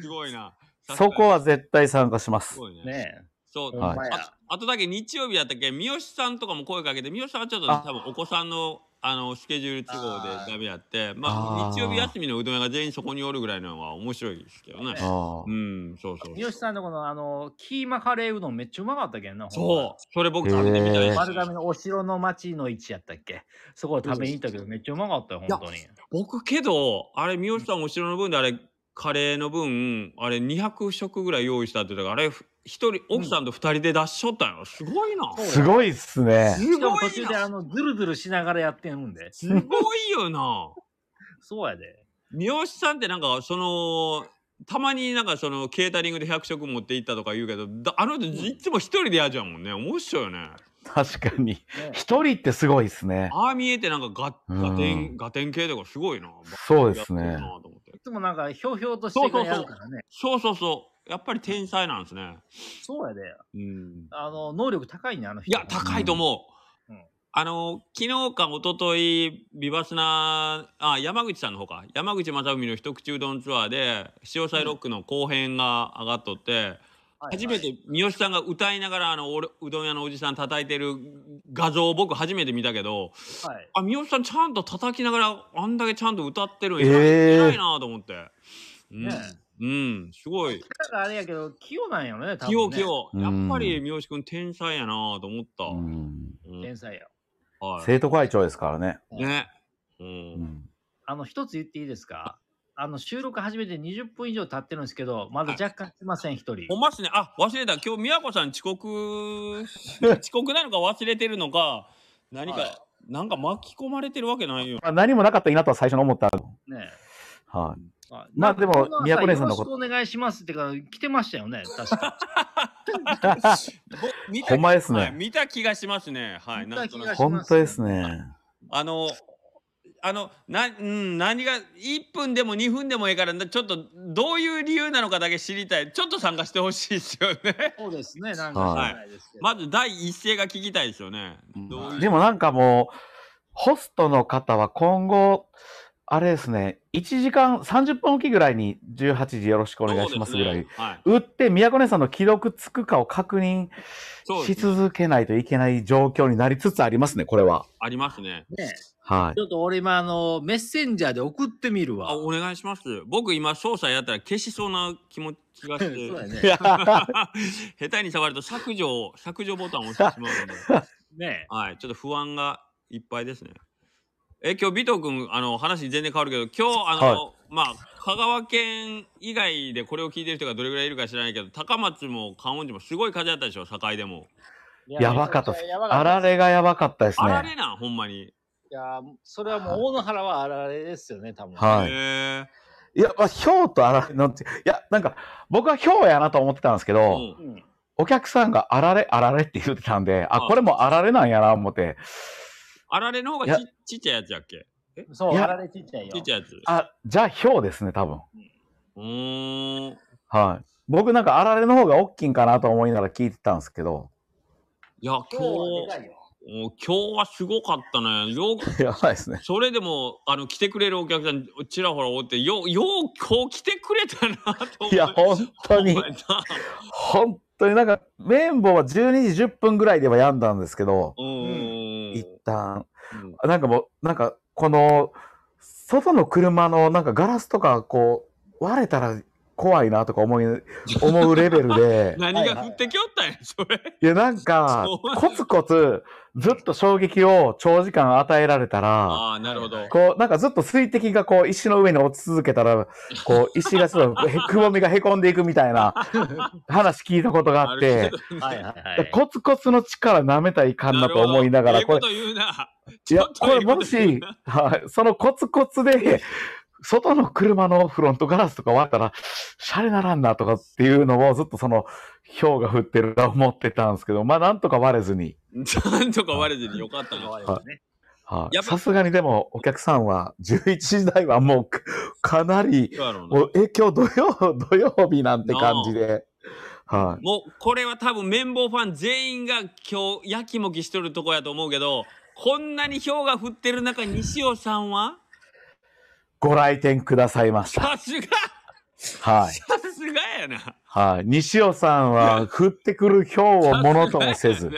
Speaker 1: すごいな。
Speaker 2: そこ
Speaker 1: は。
Speaker 2: は絶対参加しますす。
Speaker 1: ごいね。
Speaker 3: ねえ。
Speaker 1: そう。
Speaker 3: ほんまや。
Speaker 1: ああとだけ日曜日やったっけ三好さんとかも声かけて三好さんはちょっとね、
Speaker 2: あ
Speaker 1: 多分お子さんのあのスケジュール都合
Speaker 3: あ
Speaker 1: で
Speaker 3: ー
Speaker 1: ダメやってまあ
Speaker 2: あー
Speaker 1: 日曜日休みのうどん屋が全員そこにおるぐらいのは面白いですけどね
Speaker 3: ね
Speaker 2: あ
Speaker 1: う
Speaker 2: ー
Speaker 1: んそうそう
Speaker 3: 三好さんのこの、あの、キーマカレーうどんめっちゃうまかったけんな。
Speaker 1: そう
Speaker 3: う。
Speaker 1: それ僕食べてみたいで
Speaker 2: へ
Speaker 1: す
Speaker 2: ー
Speaker 3: 丸亀のお城の町の位置やったっけそこを食べに行ったけど、めっちゃうまかったよ、本当に。
Speaker 1: 僕けどあれ三好さんお城の分であれカレーの分あれ200食ぐらい用意したって言ったからあれ一人奥さんと二人で出しちょったんやろすごいな
Speaker 3: そう
Speaker 2: すごいっすね。
Speaker 1: す
Speaker 3: しかも
Speaker 1: ご
Speaker 3: 途中
Speaker 1: い
Speaker 3: で
Speaker 1: な
Speaker 3: あの、ズルズルしながらやってるんで。
Speaker 1: すごいよな
Speaker 3: そうやで。
Speaker 1: 三好さんってなんかそのたまになんかそのケータリングで100食持って行ったとか言うけどだあの人いつも一人でやじゃんもんね面白いよね
Speaker 2: 確かに。
Speaker 3: ね
Speaker 2: 一人ってすごいっすね。
Speaker 1: ああ見えてなんかガ
Speaker 2: うん
Speaker 1: ガテンガテン系とかすごいな
Speaker 2: そうですね
Speaker 1: やってるなと思って
Speaker 3: いつもなんか、ひょうひょうとしてやるからね。
Speaker 1: そうそうそうやっぱり天才なんですね
Speaker 3: そうやで。
Speaker 1: うん
Speaker 3: あの、能力高いね、あの
Speaker 1: い
Speaker 3: 人。
Speaker 1: や高いと思う、
Speaker 3: うん
Speaker 1: あの昨日か一昨日ビバスナあ山口さんの方か山口正文の一口うどんツアーで潮騒ロックの後編が上がっとって、
Speaker 3: はいはい
Speaker 1: 初め。て三好さんが歌いながらあの俺うどん屋のおじさん叩いてる画像を僕初めて見たけど
Speaker 3: はい。
Speaker 1: あ三好さんちゃんと叩きながらあんだけちゃんと歌ってるん
Speaker 2: え
Speaker 1: 偉い,、
Speaker 2: ー
Speaker 1: いなと思って、うん
Speaker 3: ね
Speaker 1: うんすごい
Speaker 3: だからあれやけど、器用なんよね、多
Speaker 1: 器用
Speaker 3: 分ね
Speaker 1: 器用やっぱり
Speaker 2: う
Speaker 1: 三好君天才やなと思った、
Speaker 2: うん
Speaker 1: うん
Speaker 3: 天才や。
Speaker 1: はい
Speaker 2: 生徒会長ですからね。
Speaker 1: ね、う、
Speaker 2: うんん
Speaker 3: あの、一つ言っていいですかあの、収録始めて20分以上経ってるんですけど、まだ若干来ません、一人。
Speaker 1: ほんまっすねあ忘れた今日宮子さん遅 刻遅刻なのか忘れてるのか何か、
Speaker 3: はい
Speaker 1: なんか巻き込まれてるわけないよ
Speaker 2: まあ、何もなかったらいいなとは最初に思った。
Speaker 3: ね
Speaker 2: はい。
Speaker 3: あ
Speaker 2: まあでも
Speaker 3: 中村
Speaker 2: 宮古根さんの
Speaker 3: よ
Speaker 2: こと
Speaker 3: ろしくお願いしますってか、来てましたよね、確 か。
Speaker 1: ぼ見た
Speaker 2: ほんまです
Speaker 1: はい、
Speaker 2: ね。
Speaker 1: 見た気がしますね。はい、
Speaker 3: 見
Speaker 1: な
Speaker 3: た
Speaker 1: んと
Speaker 3: 気
Speaker 1: な
Speaker 3: が
Speaker 1: く
Speaker 3: し。
Speaker 2: 本当ですね。
Speaker 1: あの、あの、な、うん、何が、1分でも2分でもいいから、なちょっと、どういう理由なのかだけ知りたい。ちょっと参加してほしいですよ ね。
Speaker 3: そうですね、なんか知らないですけど。
Speaker 1: まず、第一声が聞きたいですよね。どういう
Speaker 2: でもなんかもう、ホストの方は今後、あれですね、1時間30分おきぐらいに18時よろしくお願いしますぐらい、
Speaker 1: そうですねはい。
Speaker 2: 打って、宮古根さんの既読つくかを確認
Speaker 1: そう
Speaker 2: し
Speaker 1: ですね、
Speaker 2: 続けないといけない状況になりつつありますね、これは。
Speaker 1: ありますね。
Speaker 3: ね
Speaker 2: はい
Speaker 3: ち。ょっと俺今、あの、メッセンジャーで送ってみるわ。
Speaker 1: あ、お願いします。僕、今、操作やったら消しそうな気持ちが
Speaker 3: そ
Speaker 1: し
Speaker 3: うや
Speaker 1: て、
Speaker 3: ね。
Speaker 1: 下手に触ると削除を、削除ボタンを押してしまうの で。
Speaker 3: ね
Speaker 1: はい、ちょっと不安がいっぱいですね。え、今日、尾藤君、あの、話全然変わるけど、今日、あの、まあ、香川県以外でこれを聞いてる人がどれぐらいいるか知らないけど、高松も観音寺もすごい風だったでしょ、境でも。
Speaker 3: え。
Speaker 2: やばかったっす
Speaker 3: いやばか
Speaker 2: あ
Speaker 3: った
Speaker 2: ら
Speaker 3: っす
Speaker 2: れがやばかったです
Speaker 1: あられ
Speaker 2: ね。
Speaker 1: なん、ほんまに。
Speaker 3: いや、それはもう大野原はあられですよね、多分。
Speaker 2: はい
Speaker 1: へえ
Speaker 2: いや、まあ、ひょうとあられのち、いや、なんか、僕はひょうやなと思ってたんですけど、
Speaker 1: うん
Speaker 3: うん
Speaker 2: お客さんがあられ、あられって言ってたんで、あ、
Speaker 1: はい
Speaker 2: これもあられなんやな、思って。
Speaker 1: あられの方がちちっちゃいやつやっけ
Speaker 3: そう、
Speaker 2: いや
Speaker 3: あられちっちゃいよ。
Speaker 1: ちっちゃいやつ。
Speaker 2: あ、じゃあ、ひょうですね、多分。
Speaker 1: うーん。
Speaker 2: はい。僕なんかあられの方が大きいんかなと思いながら聞いてたんですけど。
Speaker 1: いや、今日、
Speaker 3: 今日はでかいよ。
Speaker 1: お今日はすごかったね。よう
Speaker 2: やばいですね。
Speaker 1: それでも、あの、来てくれるお客さん、ちらほらおって、よう、よう、こう来てくれたな、と思う
Speaker 2: いや、本当に
Speaker 1: ほんま、やな
Speaker 2: 本当になんか、綿棒は12時10分ぐらいでは病んだんですけど、
Speaker 1: うんうんうん
Speaker 2: 一旦、
Speaker 1: うん、
Speaker 2: なんかもう、なんか、この、外の車のなんかガラスとか、こう、割れたら怖いなとか思い、思うレベルで
Speaker 1: 何が降ってきよったんや、それ。
Speaker 2: いや、なんか
Speaker 1: そう、
Speaker 2: コツコツ、ずっと衝撃を長時間与えられたら、
Speaker 1: ああ、なるほど。
Speaker 2: こう、なんかずっと水滴がこう、石の上に落ち続けたら、こう、石がちょっと、へ くぼみがへこんでいくみたい な話聞いたことがあって、
Speaker 3: はいはいはい。
Speaker 2: コツコツの力舐めたらいかんなと思いながら、
Speaker 1: こ
Speaker 2: これ
Speaker 1: れ。、ええこと言うな。
Speaker 2: い
Speaker 1: ち
Speaker 2: や、
Speaker 1: ょ
Speaker 2: こ
Speaker 1: っと
Speaker 2: れも
Speaker 1: ええ
Speaker 2: し、はい、そのコツコツで、外の車のフロントガラスとか割ったら、シャレならんなとかっていうのをずっとその、氷が降ってると思ってたんですけど、まあなんとか割れずに、
Speaker 1: なんとか割れずによかったな。
Speaker 2: はい
Speaker 1: やっぱ
Speaker 2: さすがにでもお客さんは、11時台はもうかかなり、
Speaker 1: そうやろうな
Speaker 2: もうえ、今日土曜、土曜日なんて感じで、はい、
Speaker 1: もうこれは多分綿棒ファン全員が今日やきもきしとるとこやと思うけどこんなに氷が降ってる中西尾さんは
Speaker 2: ご来店くださいました。
Speaker 1: さすが
Speaker 2: はい。
Speaker 1: さすがやな
Speaker 2: はい。西尾さんは、降ってくる氷をものと もせず。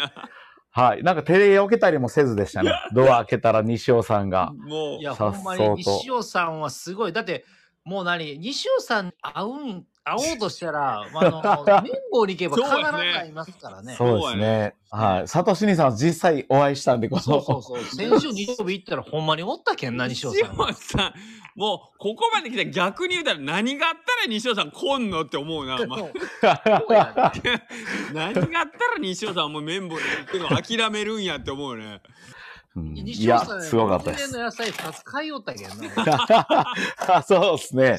Speaker 2: はい。なんかテレをけたりもせずでした ね。ドア開けたら西尾さんが。
Speaker 1: もう
Speaker 3: いや、ほ
Speaker 2: さっ
Speaker 3: んま
Speaker 2: そ
Speaker 3: に
Speaker 2: うと
Speaker 3: 西尾さんはすごい。だって、もう何、西尾さんに会うん、会おうとし たら、まあ、あの、綿棒に行けば
Speaker 1: そう
Speaker 3: 必
Speaker 1: ですね
Speaker 3: ず会いますからね。
Speaker 2: そうです
Speaker 1: そうや
Speaker 2: ね。はい。サトシニさんは実際お会いしたんで、この。
Speaker 3: そうそうそう。先週日曜日行ったらほんまにおったけんな、西尾
Speaker 1: 西
Speaker 3: さん。
Speaker 1: 尾さんもうここまで来たら逆に言うたら何があったら西尾さん来んのって思 うな、まあ
Speaker 3: そうやね
Speaker 1: 何があったら西尾さんはもう綿棒に行くの諦めるんやって思う ね
Speaker 2: うんい
Speaker 3: 西尾
Speaker 2: や
Speaker 3: さん、、
Speaker 2: すごかったで
Speaker 3: 突然
Speaker 2: す。
Speaker 3: の野菜2つ買いよったけんな。
Speaker 2: あそうですね。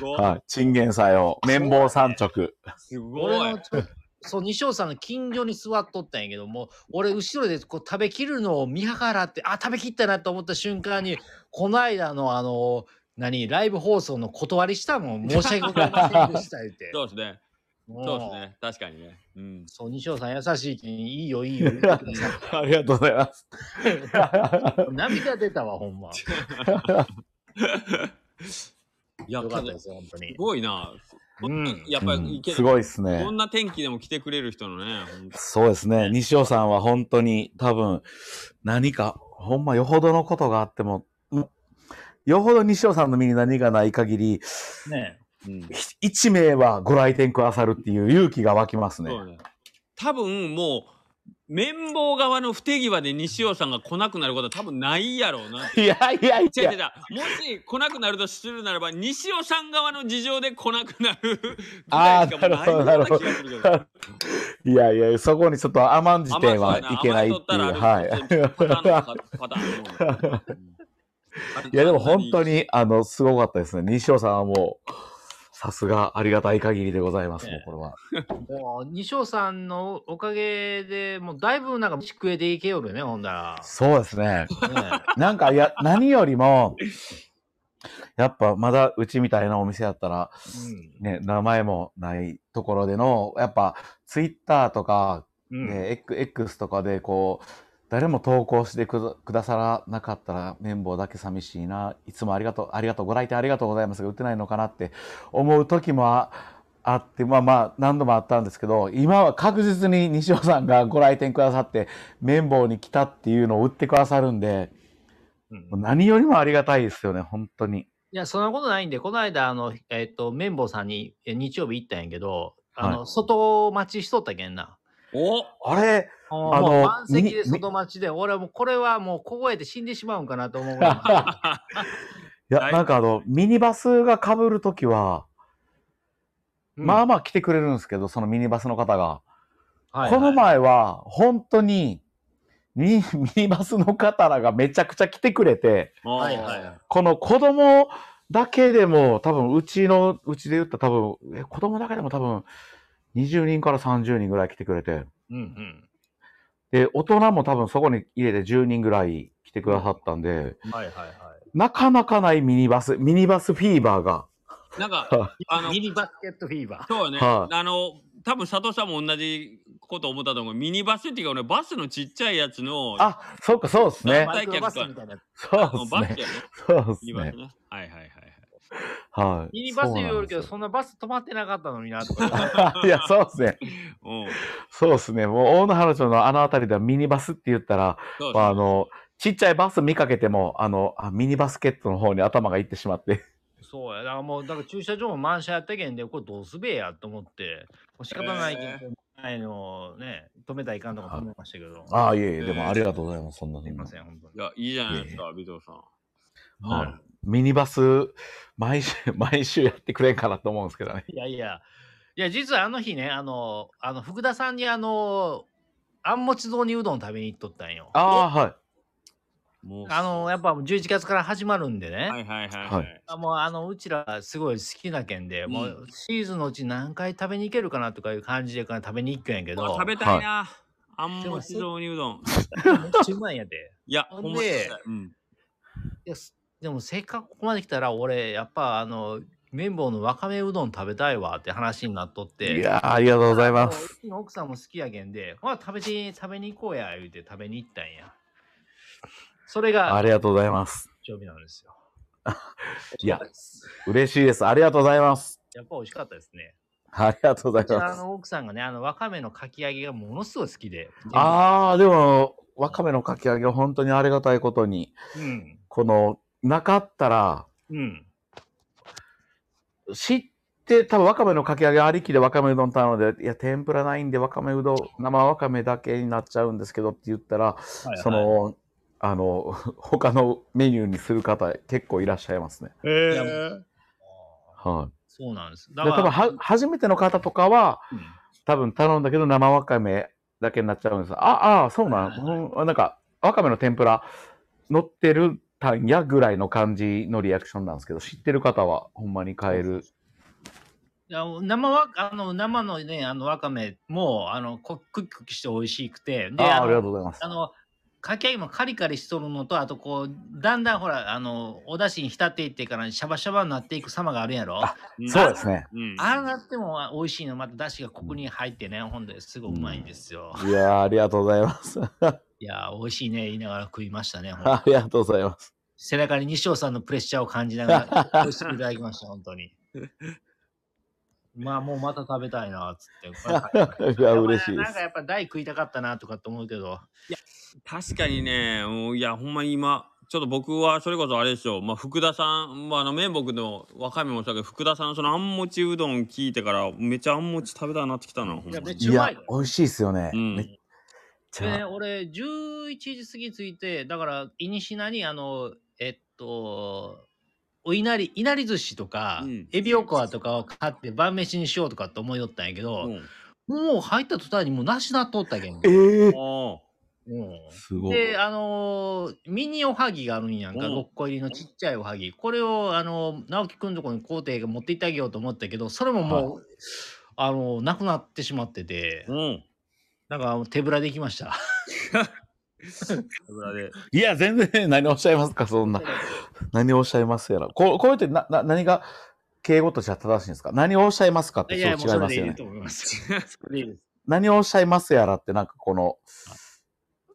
Speaker 1: ご
Speaker 2: はい。チンゲン菜を。綿棒三直。
Speaker 1: すご
Speaker 3: 俺
Speaker 1: い
Speaker 3: のちょそう西尾さんの近所に座っとったんやけども俺後ろでこう食べきるのを見計らってあ食べきったなと思った瞬間にこの間のあの何ライブ放送の断りしたもん申し訳ございませんでした言っ て
Speaker 1: そうですね
Speaker 3: も
Speaker 1: そうですね確かにねうん
Speaker 3: そう西尾さん優しいけんいいよいいよ言ってくだ さ
Speaker 2: ありがとうございます。
Speaker 3: い涙出たわほんま
Speaker 1: いや
Speaker 3: よ
Speaker 1: け
Speaker 3: かった
Speaker 1: ど
Speaker 3: ですよ本当
Speaker 1: す
Speaker 3: に
Speaker 1: ごいな。
Speaker 3: うん
Speaker 1: やっぱりいけ
Speaker 2: う
Speaker 1: る、
Speaker 2: んすごいですね。
Speaker 1: どんな天気でも来てくれる人のね、ほんと
Speaker 2: そうですね。西尾さんは本当に多分何か、ほんまよほどのことがあっても、うんよほど西尾さんの身に何がない限り、
Speaker 3: ね
Speaker 1: うん
Speaker 2: ひ一名はご来店くださるっていう勇気が湧きますね。
Speaker 1: そうね。多分もう、綿棒側の不手際で西尾さんが来なくなることは多分ないやろうな。
Speaker 2: いやいやい
Speaker 1: 違う違う
Speaker 2: や
Speaker 1: 違、うもし来なくなるとするならば、西尾さん側の事情で来なくなる
Speaker 2: あー
Speaker 1: ぐらいしかもうないような気がするけど。
Speaker 2: いやいや、そこにちょっと甘んじてはいけない
Speaker 1: 甘い
Speaker 2: っていう。は
Speaker 1: とったらあ
Speaker 2: い。
Speaker 1: るパターンのパターンのうん
Speaker 2: いや、でも本当に、あの、すごかったですね。西尾さんはもう、さすがありがたい限りでございます、もうこれは。
Speaker 3: もう西尾さんのおかげでもうだいぶなんか飯食えでいけよるねほんだ
Speaker 2: そうですね。
Speaker 3: ら、ね
Speaker 2: なんか、い や、何よりも、やっぱまだうちみたいなお店やったら、ね、名前もないところでの、やっぱツイッターとか、
Speaker 3: うんうん
Speaker 2: ね、X- X とかでこう、誰も投稿してくだくださらなかったら綿棒だけ寂しいな。いつもありがとう、ありがとう、ご来店ありがとうございますが、売ってないのかなって思う時もああって、まあまあ何度もあったんですけど、今は確実に西尾さんがご来店くださって、綿棒に来たっていうのを売ってくださるんで、
Speaker 3: うん
Speaker 2: もう何よりもありがたいですよね、本当に。
Speaker 3: いや、そんなことないんで、この間、あの、えっ、と、綿棒さんにえ日曜日行ったんやけど、あの、
Speaker 2: は
Speaker 3: 外待ちしとったけんな。
Speaker 1: お
Speaker 2: あれ
Speaker 3: もう
Speaker 2: あの
Speaker 3: もう満席
Speaker 2: み
Speaker 3: で
Speaker 2: み
Speaker 3: 外待ちで、俺はもうこれはもう凍えて死んでしまうんかなと思うぐら
Speaker 2: いや、
Speaker 1: はい
Speaker 2: なんかあの、ミニバスが被るときは、
Speaker 3: い。
Speaker 2: まあまあ来てくれるんですけど、そのミニバスの方が。
Speaker 3: あ、はい
Speaker 2: この
Speaker 3: はい
Speaker 2: 前は、本当にミ、ミニバスの方らがめちゃくちゃ来てくれて、
Speaker 3: はいはいはい。
Speaker 2: この子供だけでも、多分、うちの、うちで言ったら多分、え子供だけでも多分、20人から30人ぐらい来てくれて、
Speaker 3: うんうん。
Speaker 2: で、大人も多分そこに入れて10人ぐらい来てくださったんで、
Speaker 3: はいはいはい。
Speaker 2: なかなかないミニバス、ミニバスフィーバーが。
Speaker 1: なんか、 あの
Speaker 3: ミニバスケットフィーバー。
Speaker 1: そうよね、
Speaker 2: は
Speaker 1: あの多分佐藤さんも同じこと思ったと思うミニバスっていうかねバスのちっちゃいやつの
Speaker 2: あ、そっか、そうですね。
Speaker 3: マイクロバスみたいなやつ。
Speaker 2: そう
Speaker 1: あの
Speaker 2: です
Speaker 1: バスや
Speaker 2: ね。
Speaker 1: ね
Speaker 2: そう
Speaker 1: ミニ
Speaker 2: です
Speaker 1: バス
Speaker 2: ね。
Speaker 1: ねはいはいはいはい
Speaker 2: はい。
Speaker 3: ミニバスよりけど、
Speaker 2: そう
Speaker 3: そんなバス止まってなかったのになとか。
Speaker 2: なんですよ いや、そうですね。
Speaker 1: うん
Speaker 2: そうですね。もう、大野原町のあの辺りではミニバスって言ったら、
Speaker 1: そうですね
Speaker 2: まあ、あの、ちっちゃいバス見かけても、あの、あミニバスケットの方に頭が行ってしまって。
Speaker 3: そうやだからもうだから駐車場も満車やったけんでこれどうすべえやと思ってもう仕方ないけん、
Speaker 1: え
Speaker 3: 前のね止めたらいかんとこ止めましたけど
Speaker 2: ああ、いえいえ、で
Speaker 1: えー
Speaker 2: もありがとうございます、そんな
Speaker 3: すい
Speaker 2: に。
Speaker 3: ません本当に
Speaker 1: いや、いいじゃないですか、ビトさん。
Speaker 2: は
Speaker 3: はい
Speaker 2: い。ミニバス、毎週、 毎週やってくれんかなと思うんですけどね。
Speaker 3: いやいや、いや、実はあの日ね、あの、あの福田さんにあの、あんもち雑煮うどん食べに行っとったんよ。
Speaker 2: ああ、はい。
Speaker 1: もう
Speaker 3: あの、やっぱ11月から始まるんでね。
Speaker 1: はいはいはい
Speaker 2: は
Speaker 1: はい。
Speaker 3: あもうあのうちらすごい好きな県で、もうシーズンのうち何回食べに行けるかなとかいう感じで食べに行くんやけ
Speaker 1: うわ
Speaker 3: ど
Speaker 1: 食べたいな。あんもち雑煮うどん。
Speaker 3: めっちゃうまいんやで
Speaker 1: いや、
Speaker 3: ほ
Speaker 1: ほ
Speaker 3: ん
Speaker 1: ん
Speaker 3: で
Speaker 1: まに食べたいうん。
Speaker 3: いやすでもせっかくここまで来たら俺やっぱあの綿棒のわかめうどん食べたいわって話になっとって
Speaker 2: いやーありがとうございま
Speaker 3: もうう
Speaker 2: す。
Speaker 3: ちの奥さんも好きやけんで、まあ、食べて食べに行こうや言うて食べに行ったんやそれ
Speaker 2: あ
Speaker 3: が
Speaker 2: りがとうございます。
Speaker 3: 日曜日なんですよ
Speaker 2: いや
Speaker 3: 美味しかったです
Speaker 2: 嬉しいです。ありがとうございます。
Speaker 3: やっぱ美味しかったですね
Speaker 2: ありがとうご
Speaker 3: うち
Speaker 2: ざい
Speaker 3: のあ
Speaker 2: ます。
Speaker 3: の奥さんがねあのわかめのかき揚げがものすごい好きで
Speaker 2: ああ、でも、わかめのかき揚げ、本当にありがたいことに、
Speaker 3: うん
Speaker 2: この、なかったら、
Speaker 3: うん
Speaker 2: 知って、多分わかめのかき揚げありきでわかめうどん頼んで、いや、天ぷらないんでわかめうどん、生わかめだけになっちゃうんですけどって言ったら、その、あの、他のメニューにする方、結構いらっしゃいますね。
Speaker 1: え
Speaker 3: いやも
Speaker 1: ー。
Speaker 2: は
Speaker 3: そうなんです
Speaker 2: い。
Speaker 3: だ
Speaker 2: で多分は、初めての方とかは、
Speaker 3: うん
Speaker 2: 多分頼んだけど生わかめだけになっちゃうんです。ああ、そうなん、
Speaker 3: はいはい
Speaker 2: うんなんか、わかめの天ぷら乗ってるたんやぐらいの感じのリアクションなんですけど、知ってる方はほんまに買える。
Speaker 3: いや生わあの生のねあのわかめもあのこクッキクキして美味しくてで
Speaker 2: ああ、
Speaker 3: あ
Speaker 2: あ
Speaker 3: の
Speaker 2: りがとうございます
Speaker 3: あ。の、かき揚げもカリカリしとるのと、あとこう、だんだんほら、あの、お出汁に浸っていってから、シャバシャバになっていく様があるやろ。あ
Speaker 1: うん
Speaker 2: そうですね。
Speaker 1: うん
Speaker 3: あなってもあ美味しいの、また出汁がここに入ってね、ほんですごいうまいんですよ。
Speaker 2: いやーありがとうございます。
Speaker 3: いやー、美味しいね、言いながら食いましたね。ほん
Speaker 2: ありがとうござい ます。
Speaker 3: 背中に西尾さんのプレッシャーを感じながら、美味しくいただきました、本当に。まあもうまた食べたいなっつってこれ
Speaker 2: いや嬉しいです
Speaker 3: なんかやっぱ大食いたかったなとかって思うけど
Speaker 1: 確かにね、もういや、ほんまに今、ちょっと僕はそれこそあれですよ、まあ、福田さん、まあ、あの綿僕の若めもしたけど、福田さんのそのあんもちうどん聞いてから、めちゃあんもち食べたくなってきたな、ほんま
Speaker 3: いやめっ
Speaker 1: に。
Speaker 3: ち
Speaker 2: い
Speaker 3: ゃうま
Speaker 2: や
Speaker 3: いよ、
Speaker 2: 美味しいですよね。
Speaker 1: うん
Speaker 2: めっち
Speaker 3: でね、
Speaker 2: ゃ。
Speaker 3: 俺、11時過ぎ着いて、だから、いにしなに、あの、えっと、おいなり、いなり寿司とか、
Speaker 1: うん
Speaker 3: エビおこわとかを買って晩飯にしようとかって思いよったんやけど、
Speaker 1: うん
Speaker 3: もう入った途端にもうなしなっとったけん。
Speaker 2: ええー。
Speaker 1: あ
Speaker 3: うん
Speaker 2: すごい。
Speaker 3: で、あのーミニおはぎがあるんやんか、
Speaker 1: うん
Speaker 3: 6個入りのちっちゃいおはぎ。これを、あのー直樹くんのとこに工程が持って行ってあげようと思ったけど、それももう、あのーなくなってしまってて
Speaker 1: あ、う、ん。
Speaker 3: なんか手ぶらで行きました。
Speaker 1: 油 で。
Speaker 2: いや、全然何をおっしゃいます か、そんな。何をおっしゃいますやら。こう、こうやってな、な、何が敬語としては正しいんですか何をおっしゃいますかっ
Speaker 3: い
Speaker 2: て
Speaker 3: やいや、も
Speaker 2: そうう違い
Speaker 3: それ
Speaker 2: ますよ
Speaker 3: でい
Speaker 2: ね
Speaker 3: いと。思います。それでいいです
Speaker 2: 何をおっしゃいますやらって、なんかこの、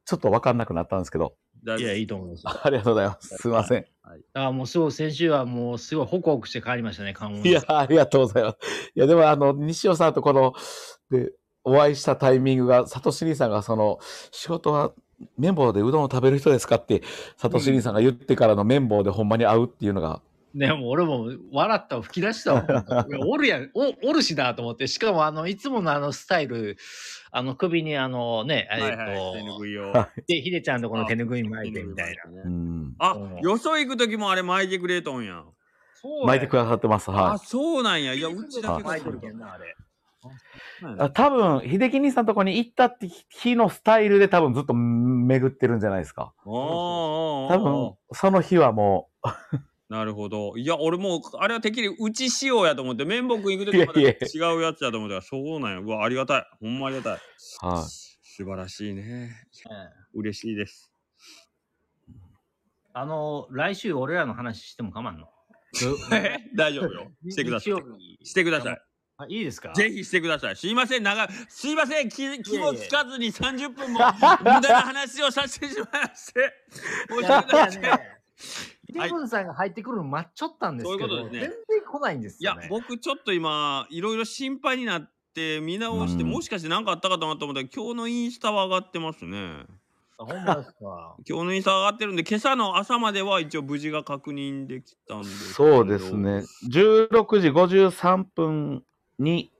Speaker 2: ちょっとわかんなくなったんですけ ど。
Speaker 1: だい
Speaker 3: い
Speaker 1: ぶ
Speaker 3: や、いいと思います。
Speaker 2: ありがとうございます。 すいません。
Speaker 3: あもうすごい、先週はもうすごいホクホクして帰りま したね、関門。
Speaker 2: いや、ありがとうございます。いや、でも、あの、西尾さんとこの、で、お会いしたタイミングが、サトシリンさんが、その、仕事は綿棒でうどんを食べる人ですかって、サトシリンさんが言ってからの綿棒でほんまに会うっていうのが、
Speaker 3: ね、もう俺も笑ったわ吹き出した わ。いやおるやん、おおるしなと思って、しかもあの、いつものあのスタイル、あの、首にあのね、えっ
Speaker 1: はいはい、手拭
Speaker 3: と、
Speaker 1: いを。
Speaker 3: で、ひでちゃんとこの手ぬぐい巻いてみたいな。
Speaker 2: う
Speaker 1: な。
Speaker 2: ん、
Speaker 1: あ
Speaker 3: うん、
Speaker 1: よそ行く時もあれ巻いてくれとんや。
Speaker 3: そう
Speaker 2: 巻いてくださってます。
Speaker 1: あ、
Speaker 2: は
Speaker 1: そうなんや。いや、うち
Speaker 3: ち
Speaker 1: だ
Speaker 3: だ
Speaker 1: け
Speaker 3: け
Speaker 1: が
Speaker 3: 巻いてるけんな、あれ。
Speaker 1: そうなん
Speaker 2: い。
Speaker 1: や
Speaker 2: あ多分、秀樹兄さんとこに行ったって日のスタイルで多分ずっと巡ってるんじゃないですか。
Speaker 1: おー
Speaker 2: 多
Speaker 1: おーおー
Speaker 2: 分、その日はも
Speaker 1: なるほど。いや、俺もう、あれはてっきりうち仕様やと思って、綿棒君行く
Speaker 2: い
Speaker 1: 時
Speaker 2: や
Speaker 1: ま
Speaker 2: い
Speaker 1: で
Speaker 2: や
Speaker 1: 違うやつやと思ったら、そうなんや。うわ、ありがたい。ほんまありがたい。
Speaker 2: う、はい。
Speaker 1: 素晴らしいね。嬉しいです。
Speaker 3: あの、来週俺らの話しても構 わんの。
Speaker 1: 大丈夫よ。してください。
Speaker 3: い
Speaker 1: してください。
Speaker 3: あ、いいですか
Speaker 1: ぜひしてください。すいません、長い、すいません、気気もつかずに30分も無駄な話をさせてしまいまして。申し訳ないです
Speaker 3: いやいやねレブンさんが入ってくるの待っちゃったんですけど、
Speaker 1: そういうことですね
Speaker 3: 全然来ないんです
Speaker 1: いや
Speaker 3: よ、ね。
Speaker 1: 僕ちょっと今、いろいろ心配になって見直して、
Speaker 2: うん
Speaker 1: もしかして何かあったかと思ったら、今日のインスタは上がってますね。
Speaker 3: ほんまですか。
Speaker 1: 今日のインスタ上がってるんで、今朝の朝までは一応無事が確認できたんですけど。
Speaker 2: そうです。ね。16時53分に、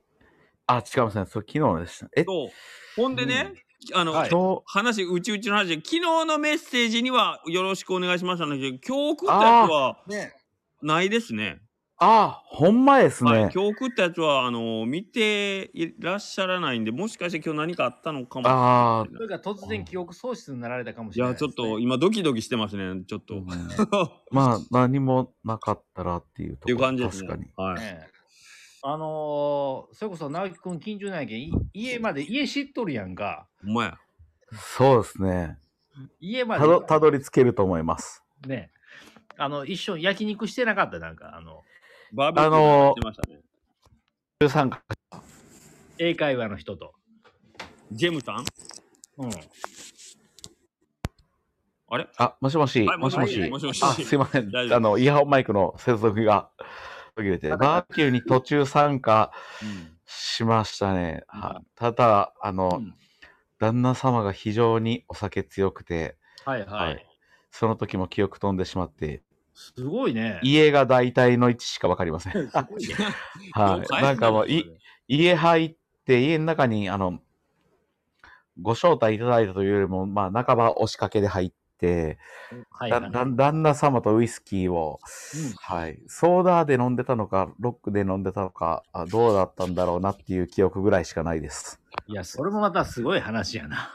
Speaker 2: あ、違いますね。それ昨日でした。え、
Speaker 1: そう。ほんでね、あの、
Speaker 3: はい
Speaker 2: 今
Speaker 1: 話、うちうちの話で、昨日のメッセージにはよろしくお願いしましたんだけど、今日送ったやつは
Speaker 3: ね。
Speaker 1: ないですね。
Speaker 2: あ、ほんまですね。
Speaker 1: はい、今日送ったやつは、あの、見ていらっしゃらないんで、もしかして今日何かあったのかも。
Speaker 2: あ
Speaker 3: それが突然記憶喪失になられたかもし
Speaker 1: い
Speaker 3: れない
Speaker 1: や、
Speaker 3: です
Speaker 1: ちょ
Speaker 3: ね、
Speaker 1: っと今ドキドキしてますね、ちょっ
Speaker 2: ー、う
Speaker 1: と。 っ
Speaker 2: んまあ、何もなかったらっていうとこ
Speaker 1: ていう感じです
Speaker 2: 確
Speaker 1: ね。
Speaker 2: かに。
Speaker 1: はい。
Speaker 3: ねえあのーそれこそ直樹くん近所なんやけんい家まで家知っとるやんか
Speaker 1: ほんまや。
Speaker 2: そうですね。
Speaker 3: 家ま
Speaker 2: たど、
Speaker 3: で
Speaker 2: たどり着けると思います。
Speaker 3: ねあの一緒に焼肉してなかったなんかあの
Speaker 1: バーベキュ
Speaker 2: あ
Speaker 1: ー
Speaker 2: のー
Speaker 1: してましたね。
Speaker 2: 13か、
Speaker 3: 英会話の人と、
Speaker 1: ジェムさん
Speaker 3: うん、
Speaker 1: あれ
Speaker 2: あ、もしもし、
Speaker 1: はい
Speaker 2: もしも
Speaker 1: は
Speaker 2: し
Speaker 1: い。もしもし
Speaker 2: あ、すいません。
Speaker 1: 大丈夫
Speaker 2: あの、イヤホンマイクの接続が途切れて、バーベキューに途中参加しましたね。
Speaker 1: うん
Speaker 2: はただ、あの、
Speaker 1: うん
Speaker 2: 旦那様が非常にお酒強くて、
Speaker 3: はいはい、
Speaker 2: はいその時も記憶飛んでしまって、
Speaker 3: すごいね
Speaker 2: 家が大体の位置しかわかりません。
Speaker 1: は
Speaker 2: はい。なんかもう、い、家入って、家の中に、あの、ご招待いただいたというよりも、まあ、半ば押しかけで入って、
Speaker 3: はい
Speaker 2: だ
Speaker 3: はい
Speaker 2: だ旦那様とウイスキーを、
Speaker 3: うん
Speaker 2: はい、ソーダで飲んでたのか、ロックで飲んでたのか、あどうだったんだろうなっていう記憶ぐらいしかないです。
Speaker 3: いやそれもまたすごい話やな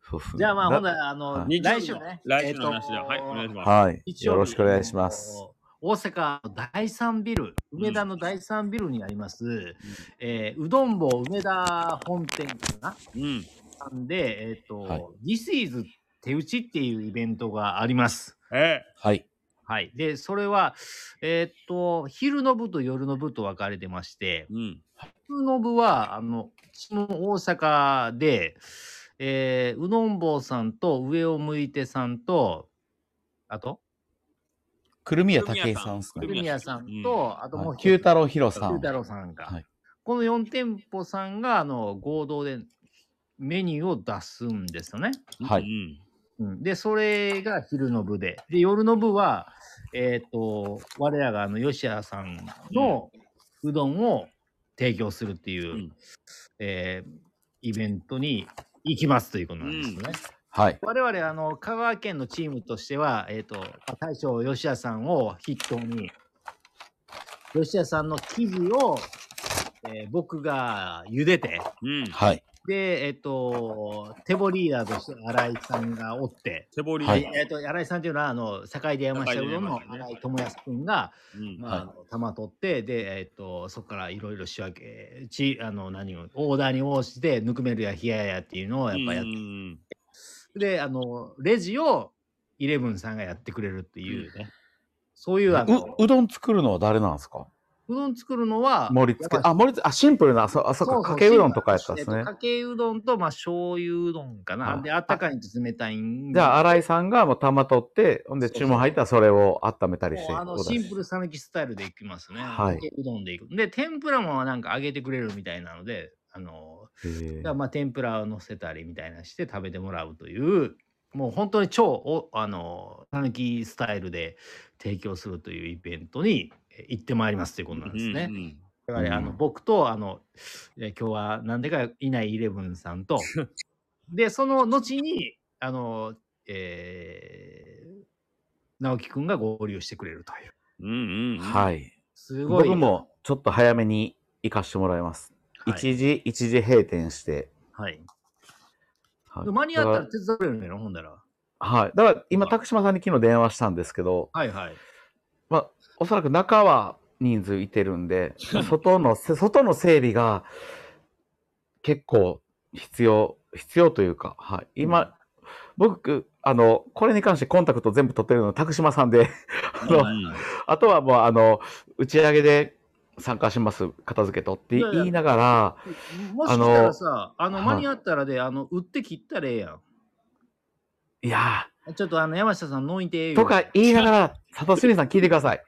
Speaker 2: そうっすね
Speaker 3: じゃあまあほん
Speaker 2: だ
Speaker 3: ならあの
Speaker 2: はい
Speaker 3: 来週ね
Speaker 1: 来週の話で、
Speaker 3: えっと
Speaker 1: はい、お願いします。
Speaker 2: はい。
Speaker 3: 日曜
Speaker 2: よ
Speaker 3: 日
Speaker 2: ろしくお願いします。
Speaker 3: 大阪の第三ビル、梅田の第三ビルにあります、うえーうどん坊梅田本店かな
Speaker 1: うん。
Speaker 3: さんで、えっ、と、
Speaker 2: はい
Speaker 3: This is 手打ちっていうイベントがあります。
Speaker 1: え
Speaker 2: はい。
Speaker 3: はい。で、それは、えっ、と、昼の部と夜の部と分かれてまして、
Speaker 1: うん。
Speaker 3: 昼の部は、あの、その大阪で、えーうどん坊さんと上を向いてさんと、あと、
Speaker 2: くるみ
Speaker 1: や武井さんっすね
Speaker 3: く
Speaker 1: くる
Speaker 3: る
Speaker 1: み
Speaker 3: みや
Speaker 1: や
Speaker 3: さ
Speaker 1: さん
Speaker 3: んと、あともう一人
Speaker 2: 九太郎ひろさん。
Speaker 3: 九太郎さんが、
Speaker 2: はい
Speaker 3: この4店舗さんがあの合同でメニューを出すんですよね。
Speaker 2: は
Speaker 1: う
Speaker 2: い。
Speaker 1: ん。
Speaker 3: うん、でそれが昼の部でで夜の部はえっ、と我らがあの吉谷さんのうどんを提供するっていう、
Speaker 1: うん
Speaker 3: えーイベントに行きますということなんですよね。
Speaker 2: はい。
Speaker 3: 我々あの香川県のチームとしては、えー、と大将吉谷さんを筆頭に吉谷さんの生地を、えー僕が茹でて
Speaker 1: うん。
Speaker 2: はい。
Speaker 3: で、えっと手ボリーダーとして新井さんがおって、
Speaker 1: 手彫り。
Speaker 2: はい
Speaker 3: えっと新井さんというのはあの堺で山下うどんの
Speaker 1: 堺で山下
Speaker 3: 新
Speaker 1: ね
Speaker 3: 井智康君が、
Speaker 1: うん
Speaker 3: まああの、玉取ってで、えっとそこからいろいろ仕分けちあの何をオーダーに応じてぬくめるや冷ややっていうのをやっぱやって。
Speaker 1: うん
Speaker 3: で、あの、レジをイレブンさんがやってくれるっていうね。そういう、あの、
Speaker 2: う、うどん作るのは誰なんですか
Speaker 3: うどん作るのは、
Speaker 2: 盛り付け。
Speaker 3: やっぱ
Speaker 2: あ、盛り付け、あ、シンプルな、あ、そあそ
Speaker 3: そううそう
Speaker 2: か、かけうどんとかやったんです
Speaker 3: え
Speaker 2: ね
Speaker 3: と。かけうどんと、まあ、醤油うどんかな。
Speaker 2: あ
Speaker 3: で、あったかいんと冷たいん
Speaker 2: じゃあ、
Speaker 3: あ、
Speaker 2: 新井さんがもう玉取って、ほんで
Speaker 3: そうそ
Speaker 2: 注
Speaker 3: う
Speaker 2: 文入ったらそれを温めたりし
Speaker 3: も
Speaker 2: て。
Speaker 3: うあの
Speaker 2: ここ
Speaker 3: シ
Speaker 2: だ
Speaker 3: ンプルさぬきスタイルでいきますね。
Speaker 2: はい
Speaker 3: かけうどんでいく。で、天ぷらもなんか揚げてくれるみたいなので、あの、
Speaker 2: へ
Speaker 3: だから
Speaker 2: ー
Speaker 3: まあ天ぷらを乗せたりみたいなして食べてもらうというもう本当に超おあのたぬきスタイルで提供するというイベントにえ行ってまいりますということなんですね。
Speaker 1: うんうん
Speaker 3: だから、ねあの
Speaker 2: うん
Speaker 3: 僕とあのえ今日は何でかいないイレブン さんとでその後にあの、えー、直樹くんが合流してくれるという
Speaker 1: うんうん。い。
Speaker 2: はい。
Speaker 3: すごい
Speaker 2: 僕もちょっと早めに行かしてもらいます。
Speaker 3: はい
Speaker 2: 一時、一時閉店して。
Speaker 3: はい、
Speaker 2: はい
Speaker 3: 間に合ったら
Speaker 2: だか
Speaker 3: 手伝われるのよほんだら
Speaker 2: らはい。だから今、拓島さんに昨日電話したんですけど、
Speaker 3: はいはい
Speaker 2: まあ、おそらく中は人数いてるん で、外の、せ外の整備が結構必要、必要というか、はい。今、僕、あの、これに関してコンタクト全部取ってるのは拓島さんで、 あの、
Speaker 1: うん
Speaker 2: あとはもう、あの、打ち上げで参加します、片付けとって
Speaker 3: いやいや
Speaker 2: 言いながら、
Speaker 3: もしかしたらさ、あ
Speaker 2: の
Speaker 3: の、間に合ったらで、あの、売って切ったらええや
Speaker 2: いや
Speaker 3: ん。ちょっとあの、山下さん、飲んでええ
Speaker 2: ー、
Speaker 3: よ
Speaker 2: とか言いながら、佐藤清水さん聞いてください。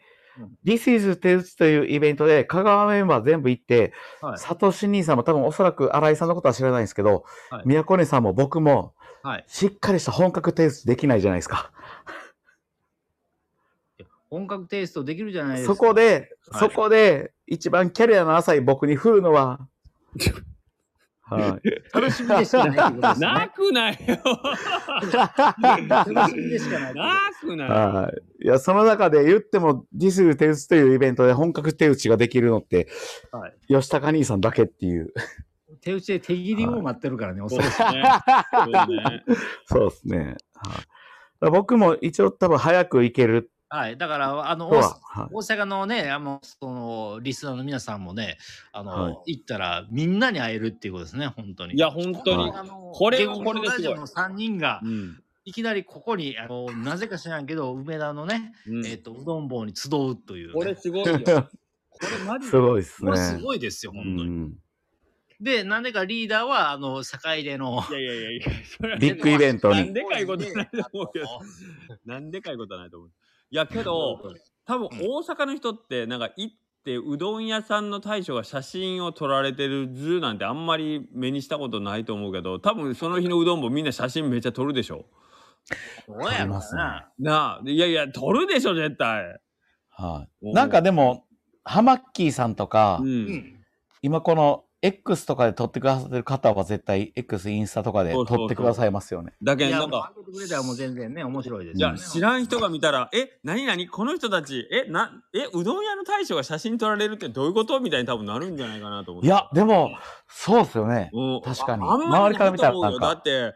Speaker 2: This is 手打ちというイベントで、香川メンバー全部行って、
Speaker 3: はい
Speaker 2: 佐藤新人さんも多分おそらく新井さんのことは知らないんですけど、
Speaker 3: はい
Speaker 2: 宮古根さんも僕も、
Speaker 3: はい
Speaker 2: しっかりした本格手打ちできないじゃないですか。
Speaker 3: 本格テイストできるじゃないですか。
Speaker 2: そこで、
Speaker 3: は
Speaker 2: そ
Speaker 3: い
Speaker 2: こで、一番キャリアの浅い僕に振るのは、 はい。
Speaker 3: 楽しみでしかないってことですね。
Speaker 1: なくないよ。
Speaker 3: 楽しみでしかないってこ
Speaker 1: なく
Speaker 3: と
Speaker 1: ない。
Speaker 2: はい。いや、その中で言っても、ディス手打ちというイベントで本格手打ちができるのって、
Speaker 3: はい
Speaker 2: 吉高兄さんだけっていう。
Speaker 3: 手打ちで手切りも待ってるからね、おそ
Speaker 1: そうで
Speaker 3: らく。
Speaker 1: すね。そうね
Speaker 2: そうですね。はい、僕も一応多分早く行ける
Speaker 3: はい。だから、あの、
Speaker 2: と
Speaker 3: 大
Speaker 2: は。はい
Speaker 3: 大阪のね、あの、その、リスナーの皆さんもね、あの、
Speaker 2: はい
Speaker 3: 行ったら、みんなに会えるっていうことですね、本当に。
Speaker 1: いや、本当に。
Speaker 2: は
Speaker 1: こ
Speaker 3: こ
Speaker 1: れ
Speaker 3: れ
Speaker 1: は
Speaker 3: は
Speaker 1: こ
Speaker 3: こ
Speaker 1: れ
Speaker 3: れ
Speaker 1: ですごい
Speaker 3: ラジオの3人が
Speaker 1: う、ん
Speaker 3: いきなりここに、あの、なぜか知らんけど、梅田のね、
Speaker 1: うん
Speaker 3: えっ、と、うどん坊に集うという、ね。
Speaker 1: これすご いよ。これマジ
Speaker 2: すごいです
Speaker 3: こ
Speaker 2: ね
Speaker 3: れ。すごいですよ、本
Speaker 2: う
Speaker 3: 当に。
Speaker 2: ん、
Speaker 3: で、なんでかリーダーは、あの、堺での、
Speaker 1: いやいやいやいや、それは
Speaker 2: ビッグイベント
Speaker 1: なん
Speaker 2: に。
Speaker 1: でかいことないと思うけど、なんでかいことはないと思う。いやけど、多分大阪の人ってなんか行ってうどん屋さんの大将が写真を撮られてる図なんてあんまり目にしたことないと思うけど多分その日のうどんもみんな写真めっちゃ撮るでしょ
Speaker 3: どうやろうな。
Speaker 1: なあでいやいや撮るでしょ絶対
Speaker 2: はい、なんかでも、ハマッキーさんとか、
Speaker 1: うん、
Speaker 3: うん
Speaker 2: 今この X とかで撮ってくださってる方は絶対 X インスタとかで
Speaker 1: そうそうそう
Speaker 2: 撮ってくださいますよね。
Speaker 1: だ
Speaker 3: い
Speaker 1: けどな
Speaker 3: や、
Speaker 1: ん
Speaker 3: もう
Speaker 1: か
Speaker 3: 開けてくれたらもう全然ね、面白いです
Speaker 1: い
Speaker 3: よ
Speaker 1: や
Speaker 3: ね。
Speaker 1: 知らん人が見たら「え何何この人たちえなえうどん屋の大将が写真撮られるってどういうこと?」みたいに多分なるんじゃないかなと思って
Speaker 2: いや、でも、そうですよね。
Speaker 1: うん
Speaker 2: 確かに
Speaker 1: ああんま
Speaker 2: 周りから見たら
Speaker 1: ないと思うよ
Speaker 2: なん
Speaker 1: だって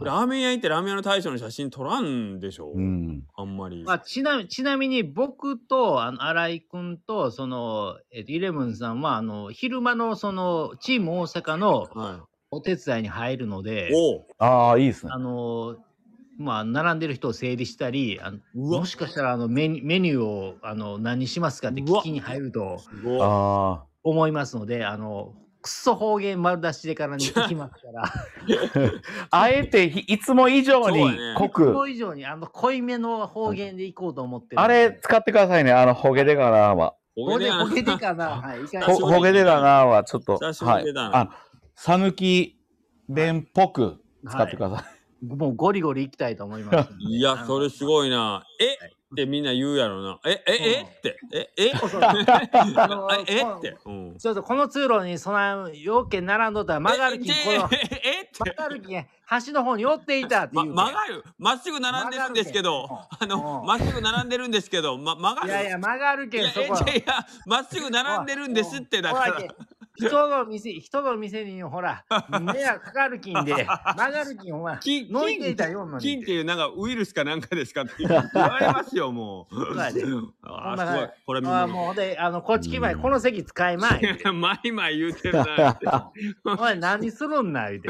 Speaker 1: ラーメン屋行ってラーメン屋の大将の写真撮らんでしょ、
Speaker 2: うん。
Speaker 1: あんまり、
Speaker 3: まあ、ちなちなみに僕とあの新井君とその、えっとイレブンさんはあの昼間のそのチーム大阪の
Speaker 1: はい
Speaker 3: お手伝いに入るので
Speaker 1: おう
Speaker 2: ああ、いいですね
Speaker 3: あ。の、まあ、並んでる人を整理したりあの
Speaker 1: うわ
Speaker 3: もしかしたらあのメニューメニューをあの何にしますかって聞きに入ると
Speaker 1: すごい
Speaker 2: あ
Speaker 3: 思いますのであのクソ方言丸出しでからに行きますから
Speaker 2: あ。あえてひ、いつも以上に
Speaker 1: そうやね
Speaker 2: 濃
Speaker 3: そ
Speaker 2: く、
Speaker 3: こ以上にあの濃いめの方言で行こうと思ってる
Speaker 2: あ
Speaker 3: んで
Speaker 2: れ使ってくださいね。あの、ホゲデガナは。
Speaker 3: ほ
Speaker 1: お
Speaker 3: げでほげで
Speaker 1: で
Speaker 3: かな、はい、いかが
Speaker 1: 久
Speaker 2: ほ
Speaker 1: しぶりに
Speaker 2: ホゲデガナはちょっと、
Speaker 1: 久しぶ
Speaker 2: は
Speaker 1: りに出
Speaker 2: い。
Speaker 1: たな
Speaker 2: あ、さぬき弁っぽく使ってください。
Speaker 3: もうゴリゴリ行きたいと思いますんで。
Speaker 1: いやそれす
Speaker 3: い。
Speaker 1: ごいなえってみんな言うやろなえええ
Speaker 3: うん
Speaker 1: ってええ
Speaker 3: の
Speaker 1: あえってうん
Speaker 3: ちょっとこの通路にその要件並んどったら曲がるきんこの
Speaker 1: えええって
Speaker 3: 曲がるきん橋の方に寄っていたってい
Speaker 1: ま、
Speaker 3: う。
Speaker 1: 曲がるまっすぐ並んでるんですけどあ
Speaker 3: 曲がるけ
Speaker 1: の
Speaker 3: んうん
Speaker 1: まっすぐ並んでるんですけどま曲がる
Speaker 3: いやいや曲がる
Speaker 1: い
Speaker 3: けん
Speaker 1: や
Speaker 3: そこ
Speaker 1: いやいやまっすぐ並んでるんですってだか
Speaker 3: ほ
Speaker 1: ら
Speaker 3: ら人の店人の店に ほら目がかかるきんで曲がるきんお前
Speaker 1: 金
Speaker 3: 乗いていたような
Speaker 1: 金っ
Speaker 3: に。
Speaker 1: ていうなんかウイルスかなんかですかって言われますよもう。
Speaker 3: うやで
Speaker 1: あ
Speaker 3: ほん
Speaker 1: ー
Speaker 3: ます
Speaker 1: ご
Speaker 3: はい
Speaker 1: これみん
Speaker 3: あ
Speaker 1: な
Speaker 3: あもうほんであのこっち来まいこの席使いま い。
Speaker 1: マイマイ言うてる な。
Speaker 3: お前何するん な言うて。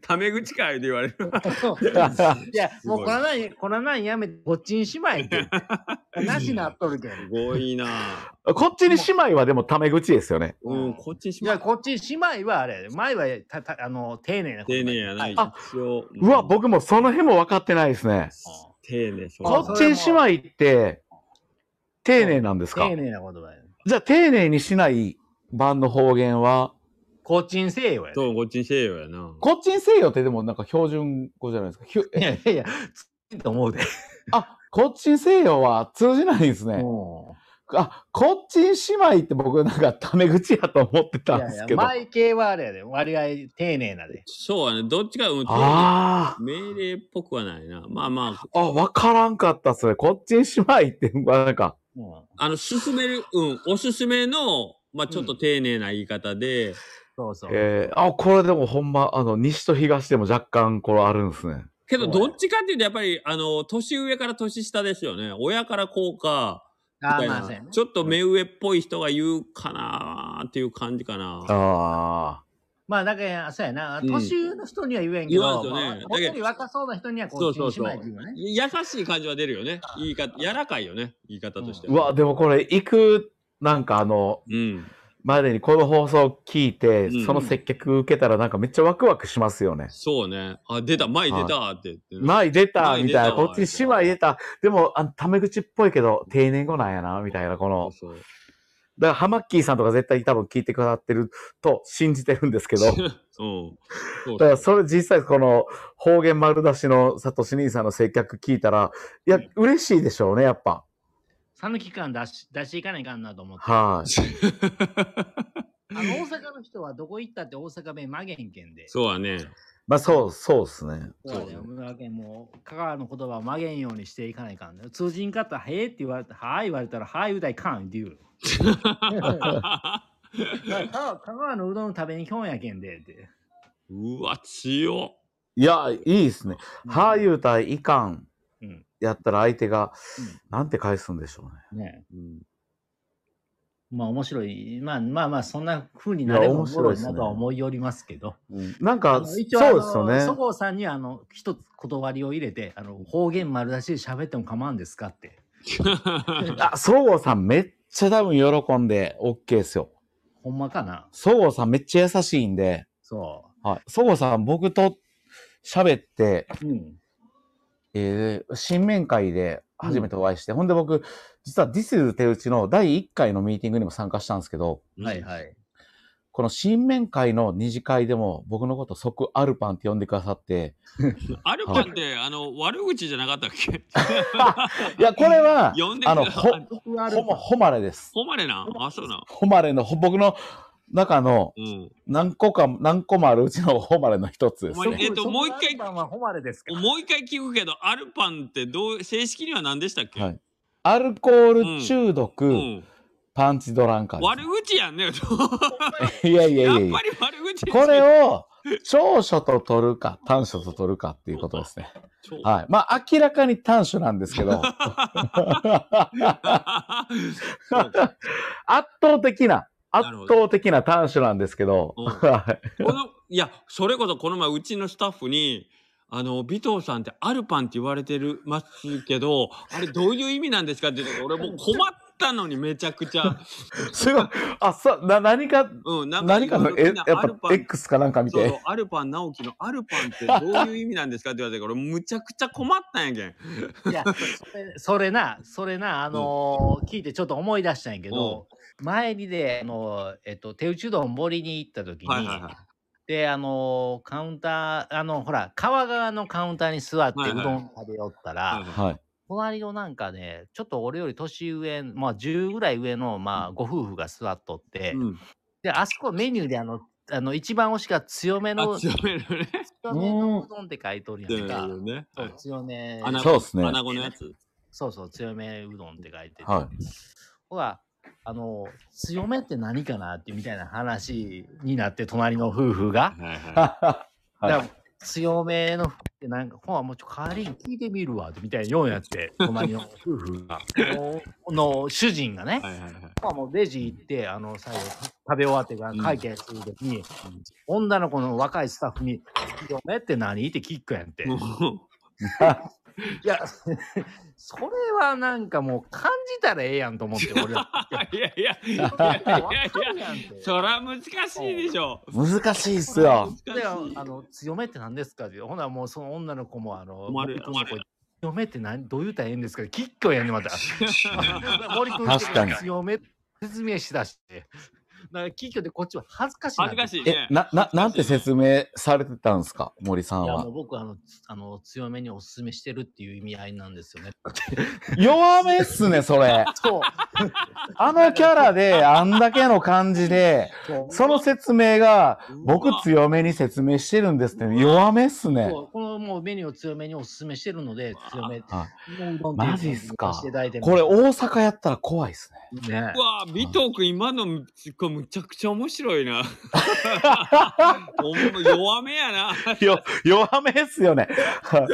Speaker 1: タメ口かいって言われる。
Speaker 3: いや、もうこの前、この前やめて、こっちにしま えって。なしなっとるけど。
Speaker 1: すごいな。
Speaker 2: こっちに姉妹はでもタメ口ですよね。
Speaker 1: うん、こっちにし
Speaker 3: い
Speaker 1: ま
Speaker 3: や、
Speaker 1: っ
Speaker 3: こっちにしまいはあれやで、前はたたあの丁寧なこと
Speaker 1: 丁寧やな。
Speaker 3: はい
Speaker 1: 一
Speaker 2: あ
Speaker 1: 応。
Speaker 2: うわ、僕もその辺も分かってないですね。
Speaker 1: 丁寧そう
Speaker 3: あ
Speaker 2: こっちに姉妹って、丁寧なんですか
Speaker 3: 丁寧な言葉やで。
Speaker 2: じゃあ丁寧にしない版の方言は、
Speaker 3: こっちにせえよやで。
Speaker 1: そうこっちにせえよやな。
Speaker 2: こっちにせえよってでもなんか標準語じゃないですかひゅ
Speaker 3: い
Speaker 2: え。
Speaker 3: やいやいや、ついと思うで。
Speaker 2: あ、こっちにせえよは通じないんですね。
Speaker 3: も
Speaker 2: あ、こっちに姉妹って僕なんかタメ口やと思って
Speaker 3: う
Speaker 2: た
Speaker 3: い
Speaker 2: ん
Speaker 3: や
Speaker 2: で
Speaker 3: い
Speaker 2: す
Speaker 3: や
Speaker 2: け、ど。あ
Speaker 3: 前系はあれやで、割合丁寧なで。
Speaker 1: そうやね。どっちかうん
Speaker 2: あ
Speaker 1: 命令っぽくはないな。まあまあ、
Speaker 2: ー。あ、わからんかったっすね。こっちに姉妹って、まあなんか、
Speaker 3: うん
Speaker 1: あの、進める、うん、おすすめの、まあちょっと丁寧な言い方で、
Speaker 3: そうそう。
Speaker 2: えー、あ、これでもほんま、あの、西と東でも若干これあるんですね。
Speaker 1: けどどっちかっていうとやっぱり、あの、年上から年下ですよね。親から子か、
Speaker 3: あ
Speaker 1: み
Speaker 3: ー
Speaker 1: たい
Speaker 3: ま
Speaker 1: な
Speaker 3: あ、そうやね
Speaker 1: ちょっと目上っぽい人が言うかなーっていう感じかな。
Speaker 2: あ
Speaker 3: まあ、だから、そうやな、
Speaker 1: うん
Speaker 3: 年上の人には言えんけ
Speaker 1: 言
Speaker 3: ど、
Speaker 1: わんすよね
Speaker 3: まあ本当に若そうな人にはこっちにしまいっていうね。
Speaker 1: 優しい感じは出るよね。言い方、柔らかいよね。言い方として
Speaker 2: あ。
Speaker 1: は
Speaker 2: うわ、でもこれ、行く、なんかあの、
Speaker 1: うん。
Speaker 2: までにこの放送を聞いて、
Speaker 1: うん
Speaker 2: その接客受けたらなんかめっちゃワクワクしますよね。
Speaker 1: そうね。あ、出た、前出たって言ってる。
Speaker 2: 前出た
Speaker 1: 前
Speaker 2: み
Speaker 1: 出た
Speaker 2: たいな、
Speaker 1: わ
Speaker 2: こっちに姉妹出た。でも、あのタメ口っぽいけど、定年後なんやな、みたいな、この。
Speaker 1: そう
Speaker 2: だから、ハマッキーさんとか絶対多分聞いてくださってると信じてるんですけど、
Speaker 1: そ
Speaker 2: だ
Speaker 1: う。
Speaker 2: か
Speaker 1: そうそう
Speaker 2: らそれ実際この方言丸出しのサトシ兄さんの接客聞いたら、いや
Speaker 3: うん、
Speaker 2: 嬉しいでしょうね、やっぱ。
Speaker 3: 讃岐感出し出していかないかんなと思って。
Speaker 2: はい。
Speaker 3: あの大阪の人はどこ行ったって大阪弁曲げんけん で。
Speaker 1: そうやね。
Speaker 2: まあ、そう、そうですね。
Speaker 1: そう
Speaker 3: そうだよ。村県もう香川の言葉を曲げんようにしていかないかんね。通じんかったら、へえって言われたら、はーい言われたら、はーいうだいかんって言うよ。香川香川のうどん食べに来んやけんでって。
Speaker 1: うわ、強っ。
Speaker 2: いや、いいですね。はー
Speaker 3: う。
Speaker 2: 言うたらいかん
Speaker 3: うん。
Speaker 2: やったら相手が
Speaker 3: うん、
Speaker 2: なんて返すんでしょうね。
Speaker 3: ね
Speaker 1: うん
Speaker 3: まあ面白い。まあまあまあ、そんな風にな
Speaker 2: い
Speaker 3: れば
Speaker 2: や
Speaker 3: 面
Speaker 2: 面白
Speaker 3: 白
Speaker 2: い
Speaker 3: い
Speaker 2: ですね
Speaker 3: なとは思いよりますけど。
Speaker 2: なんか、そう
Speaker 3: あの
Speaker 2: です
Speaker 3: 一応あの、
Speaker 2: よね。
Speaker 3: そごうさんにあの一つ断りを入れて、あの方言丸出しで喋っても構わんですか って。
Speaker 2: あ、そごうさんめっちゃ多分喜んで OK ですよ。
Speaker 3: ほんまかな
Speaker 2: そごうさんめっちゃ優しいんで、
Speaker 3: そ
Speaker 2: はい。そごうさん僕と喋って、
Speaker 3: う。うん。
Speaker 2: えー新面会で初めてお会いして、ほんで僕、実は This is 手打ちの第1回のミーティングにも参加したんですけど、
Speaker 3: はいはい。
Speaker 2: この新面会の二次会でも僕のこと即アルパンって呼んでくださ って、
Speaker 1: アルパンって、あの、悪口じゃなかったっけ
Speaker 2: いや、これは、
Speaker 1: 呼んでく
Speaker 2: あの、
Speaker 1: ださ
Speaker 2: ほ
Speaker 1: い。、
Speaker 3: 僕はある
Speaker 2: ほま、ほまれです。
Speaker 1: 誉れな。あ、そうな。
Speaker 2: ほまれの、ほ僕の中の
Speaker 1: うん。
Speaker 2: 何個か、何個もあるうちのほまれの一つです
Speaker 1: ほんま
Speaker 2: ね
Speaker 1: に。えっともう一回
Speaker 3: は誉れですか
Speaker 1: もう一回聞くけど、アルパンってどう、正式には何でしたっけ、
Speaker 2: はいアルコール中毒、
Speaker 1: うん。
Speaker 2: パンチドランカー
Speaker 1: 悪
Speaker 2: で
Speaker 1: 口やんね。やっ
Speaker 2: す、いやいや
Speaker 1: ぱ
Speaker 2: い や
Speaker 1: り
Speaker 2: いや
Speaker 1: 悪口。
Speaker 2: これを長所と取るか短所と取るかっていうことですね。
Speaker 1: ちょ
Speaker 2: はい。まあ明らかに短所なんです けど、
Speaker 1: そうか
Speaker 2: 圧倒的な、圧
Speaker 1: なるほど
Speaker 2: 倒的な短所なんですけど、
Speaker 1: うん
Speaker 2: はい
Speaker 1: このいやそれこそこの前うちのスタッフに「あの尾藤さんってアルパンって言われてるますけどあれどういう意味なんですか?」って言って俺もう困ったのにめちゃくちゃ、
Speaker 2: すごい。あ、そう、な、何か、
Speaker 1: うん、なん
Speaker 2: 何かの、え、や
Speaker 1: み
Speaker 2: っ
Speaker 1: んなアル
Speaker 2: ぱ
Speaker 1: パン
Speaker 2: X かなんか見
Speaker 1: そう
Speaker 2: て
Speaker 1: そう。アルパン直樹の「アルパンってどういう意味なんですか?」って言われて俺むちゃくちゃ困ったんやけん。
Speaker 3: いやそれそれなそれなあのー聞いてちょっと思い出したんやけど、前にであのーえっと手打ちうどん森に行った時に、
Speaker 1: はいはいはい
Speaker 3: であのーカウンターあのほら川側のカウンターに座って
Speaker 1: はいはいう
Speaker 3: どん食べよった
Speaker 1: は
Speaker 3: ら、
Speaker 1: いはい
Speaker 2: はい。
Speaker 3: 隣のなんかねちょっと俺より年上まあ10ぐらい上のまあご夫婦が座っとって、
Speaker 1: うん、
Speaker 3: であそこメニューであのあの一番推しが強めの
Speaker 1: あ
Speaker 3: 強
Speaker 1: 強めのね。
Speaker 3: めのうどんって書いとるや
Speaker 1: 強
Speaker 3: ん
Speaker 1: め
Speaker 3: か
Speaker 1: の。ね。
Speaker 3: そ
Speaker 1: は
Speaker 3: う
Speaker 1: い
Speaker 3: 強め
Speaker 1: 穴
Speaker 2: そうですね。
Speaker 1: 穴子のやつ。
Speaker 3: そうそう、強めうどんって書いて て、
Speaker 2: は
Speaker 3: ほら、あの、強めって何かなってみたいな話になって、隣の夫婦が。
Speaker 1: はいは
Speaker 2: はい。
Speaker 3: だから強めの夫婦ってなんか、ほら、もうちょ、代わりに聞いてみるわってみたいなよう やって、隣の夫婦が。のの主人がね、
Speaker 1: いはいはいはい。
Speaker 3: ほらもうレジ行って、あの、最後、食べ終わってから
Speaker 1: うん
Speaker 3: 会計するときに、女の子の若いスタッフに、強めって何って聞くやんって。
Speaker 1: も
Speaker 3: いや、それはなんかもう感じたらええやんと思って、俺ら。
Speaker 1: う いやいや いやいや いやいや。そら難しいでしょ。
Speaker 2: 難しいっすよ。
Speaker 1: 難し
Speaker 3: で
Speaker 1: い
Speaker 3: あの強めって何ですかってほなもうその女の子もあの
Speaker 1: 困る
Speaker 3: 森君の
Speaker 1: 困る
Speaker 3: 子強めって何どう言うたらええんですかキックをやんねまた 森君
Speaker 2: 確かに
Speaker 3: 強めって説明しだしてだからキックでこっちは恥ずかしい
Speaker 1: 恥ずかしい
Speaker 2: え
Speaker 1: ね、。
Speaker 2: な、な、なんて説明されてたんですか森さん
Speaker 3: いや
Speaker 2: は
Speaker 3: もう。僕はあのつあの強めにお勧めしてるっていう意味合いなんですよね
Speaker 2: 弱めっすね、それ。
Speaker 3: そう
Speaker 2: あのキャラで、あんだけの感じで、
Speaker 3: そう
Speaker 2: その説明が、僕
Speaker 1: うわ
Speaker 2: 強めに説明してるんですって、弱めっすね。
Speaker 3: そうこのもうメニューを強めにお勧めしてるので強め
Speaker 2: は
Speaker 3: もううどん
Speaker 2: マジっすか
Speaker 3: っていうのを出していただいて
Speaker 2: これ、
Speaker 3: ま
Speaker 2: 大阪やったら怖いっすね。
Speaker 3: すね
Speaker 1: うわあ、尾藤君、今のむこれむちゃくちゃ面白いな。 ほんま弱めやな。
Speaker 2: よ、弱めっすよね。 はい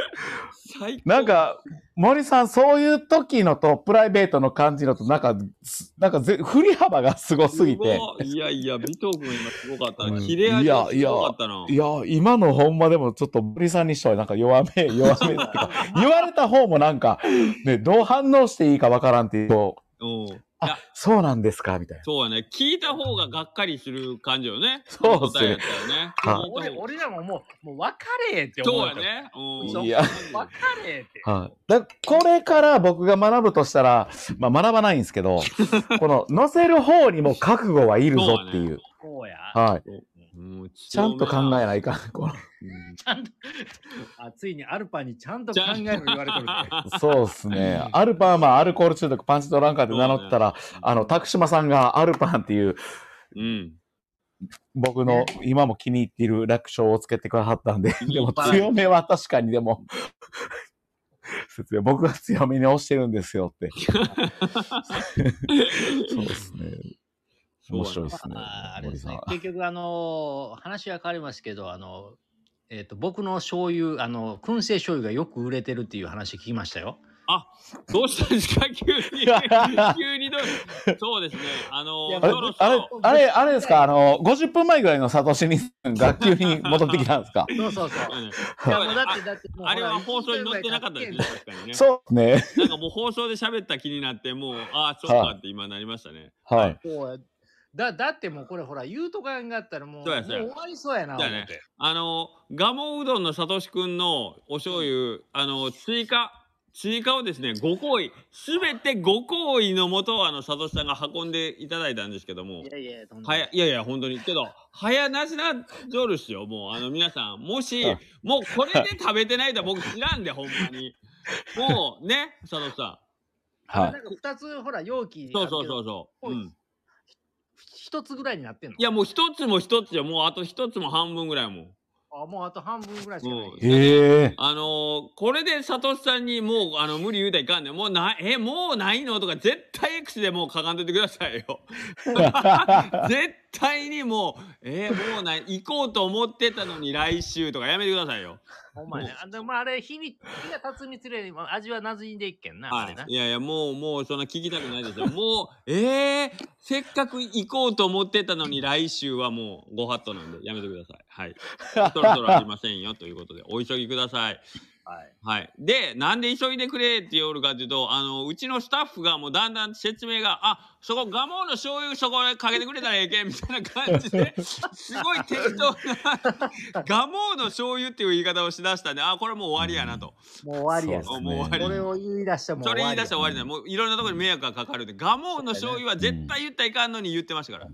Speaker 1: 最高
Speaker 2: なん、か、森さん、そういう時のと、プライベートの感じのと、なんか、すなんかぜ、振り幅がすごすぎて。
Speaker 1: ごい。いやいや、尾藤君、今すごかった
Speaker 2: う
Speaker 1: な。
Speaker 2: ん
Speaker 1: 切れ味がすごかったな。
Speaker 2: いや、今のほんまでもちょっと森さんにしてはなんか弱め、 弱めっていうか、言われた方もなんか、ね、どう反応していいかわからんっていう、こう
Speaker 1: うんいや
Speaker 2: あ、そうなんですかみたいな。
Speaker 1: そうやね。聞いた方ががっかりする感じよね。
Speaker 2: そうっす
Speaker 1: 答えや
Speaker 2: ね
Speaker 1: ったよね。聞
Speaker 2: は
Speaker 1: い
Speaker 3: 俺
Speaker 1: た方が
Speaker 3: 俺らももう、もう別れって思
Speaker 1: そうう
Speaker 3: か
Speaker 1: や
Speaker 3: ら。
Speaker 1: ね。うん。
Speaker 3: そう
Speaker 2: いや
Speaker 3: 別れって。
Speaker 2: はい、だこれから僕が学ぶとしたら、まあ、学ばないんですけどこの載せる方にも覚悟はいるぞっていう
Speaker 3: こうや。
Speaker 2: はい、
Speaker 1: うん
Speaker 2: ちゃんと考えないかんこの
Speaker 1: うん
Speaker 3: ちゃんと、あついにアルパにちゃんと考えろ言われてる。
Speaker 2: そうですねアルパンまあアルコール中毒パンチドランカーって名乗ったら、あの拓島さんがアルパンっていう
Speaker 1: うん。
Speaker 2: 僕の今も気に入っている楽勝をつけてくださったんででも強めは確かにでも説明僕が強めに押してるんです よってそうですね面白いですね
Speaker 3: まあ、あれですね
Speaker 2: 森さん。
Speaker 3: 結局、あのー話は変わりますけど、あのーえっ、と、僕の醤油、あのー燻製醤油がよく売れてるっていう話聞きましたよ。
Speaker 1: どうしたんですか急に。急にどうそうですね。あの
Speaker 3: いや
Speaker 2: あれ
Speaker 1: そろ、そ
Speaker 2: あ
Speaker 1: ろ
Speaker 2: れ、あれ、あれですかあの、50分前ぐらいのサトシに学級に戻ってきたん ですか
Speaker 3: そうそうそう。
Speaker 1: うん
Speaker 3: いや、もうだって、だって、もうほら
Speaker 1: あれは放送に載ってなかったですね。確かにね。
Speaker 2: そうね。
Speaker 1: なんかもう放送で喋った気になって、もう、ああ、そうかって今なりましたね。
Speaker 2: はい。
Speaker 3: こうやだだってもうこれほら言うとかんかったらもう
Speaker 1: そうや
Speaker 3: もう
Speaker 1: そうや
Speaker 3: 終わりそうやな
Speaker 1: そ
Speaker 3: 思
Speaker 1: うやね
Speaker 3: って。
Speaker 1: あの、ガモうどんのさとしくんのお醤油、あの、追加、追加をですね、ご好意、すべてご好意のもと、あの、さとしさんが運んでいただいたんですけども
Speaker 3: い、やいや、とんでも
Speaker 1: は
Speaker 3: ない
Speaker 1: や、いやいや、本当に。けど、早なしなジョルですよ。もう、あの、皆さん、もし
Speaker 2: はい、
Speaker 1: もうこれで食べてないと僕知らんで、ほんまに。もう、ね、佐藤さ
Speaker 2: は。
Speaker 3: ないんか二つほら容器
Speaker 1: ん。
Speaker 3: ある
Speaker 1: そ
Speaker 3: け
Speaker 1: う
Speaker 3: ど
Speaker 1: そうそうそう。うん。
Speaker 3: 一つぐらいになってんの
Speaker 1: いや、もう一つも一つよ。もう、あと一つも半分ぐらいもん。
Speaker 3: あもうあと半分ぐらいしかない。
Speaker 1: うん
Speaker 2: へえ。
Speaker 1: あのーこれで佐藤さんにもう、あの、無理言うたらいかんねんもうな、え、もうないのとか、絶対 X でもうかかんといてください よ。絶対にもう、えーもうない、行こうと思ってたのに来週とかやめてくださいよ。
Speaker 3: ほんまやね。あでもまああれ日に日が経つにつれまあ味はなじんでいっけんな。あ
Speaker 1: は、
Speaker 3: れない
Speaker 1: いやいやもうもうそんな聞きたくないですよもうえー、せっかく行こうと思ってたのに来週はもうご法度なんでやめてください はいそろそろありませんよということでお急ぎください
Speaker 3: はい。
Speaker 1: はいでなんで急いでくれって言おるかというとあのうちのスタッフがもうだんだん説明があそこガモの醤油そこへかけてくれたらええけんみたいな感じ ですごい適当なガモの醤油っていう言い方をしだしたんであこれもう終わりやなと
Speaker 3: もう終わりや
Speaker 2: そ
Speaker 3: な。
Speaker 2: う
Speaker 1: もう終わり
Speaker 3: これを言い出したらもう
Speaker 1: そ
Speaker 3: 終
Speaker 1: れ言
Speaker 3: わ
Speaker 1: い出し
Speaker 3: りや。
Speaker 1: たら終わりだよもういろんなところに迷惑がかかるでガモの醤油は絶対言ったらいかんのに言ってましたから、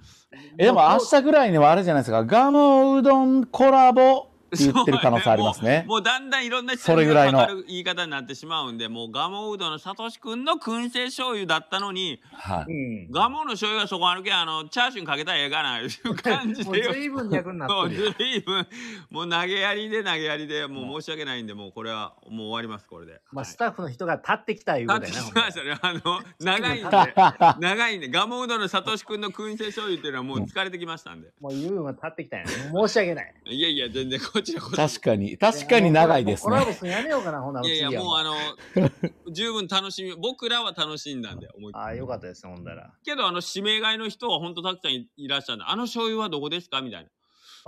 Speaker 2: えでも明日ぐらいにはあれじゃないですか、ガモうどんコラボって言ってる可能性ありますね。
Speaker 1: もうだんだんいろんな人
Speaker 2: それぐらいの
Speaker 1: がかかる言い方になってしまうんでもうガモうどんのさとしくんの燻製醤油だったのに
Speaker 2: はい。
Speaker 3: うん。
Speaker 1: ガモの醤油はそこ歩けあのチャーシューにかけたらええかないう感じ
Speaker 3: も
Speaker 1: で
Speaker 3: う
Speaker 1: よ
Speaker 3: 随分逆にな
Speaker 1: も
Speaker 3: っ
Speaker 1: う
Speaker 3: て るよ。
Speaker 1: 随分もう投げやりで投げやりでもう申し訳ないんでもうこれはもう終わりますこれで。は
Speaker 3: まあ
Speaker 1: い
Speaker 3: スタッフの人が立ってきたいうこ
Speaker 1: あ
Speaker 3: とやな。
Speaker 1: 聞きましたね。あの、長いんで、長いんで、ガモうどんのさとしくんの燻製醤油っていうのはもう疲れてきましたんで。
Speaker 3: もう言うんは立ってきたんやね。申し訳ない。
Speaker 1: いやいや、全然こちらこそ。
Speaker 2: 確かに、確かに長いです
Speaker 3: コラボ
Speaker 2: ね。
Speaker 3: するのやめようかな、ほな。
Speaker 1: いやいや、
Speaker 3: 次は
Speaker 1: もうあの、十分楽しみ、僕らは楽しんだんで、思いっきり
Speaker 3: ああ、よかったですね、ほんだら。
Speaker 1: けど、あの、指名買いの人は本当たくさんいいらっしゃるんで、あの醤油はどこですかみたいな。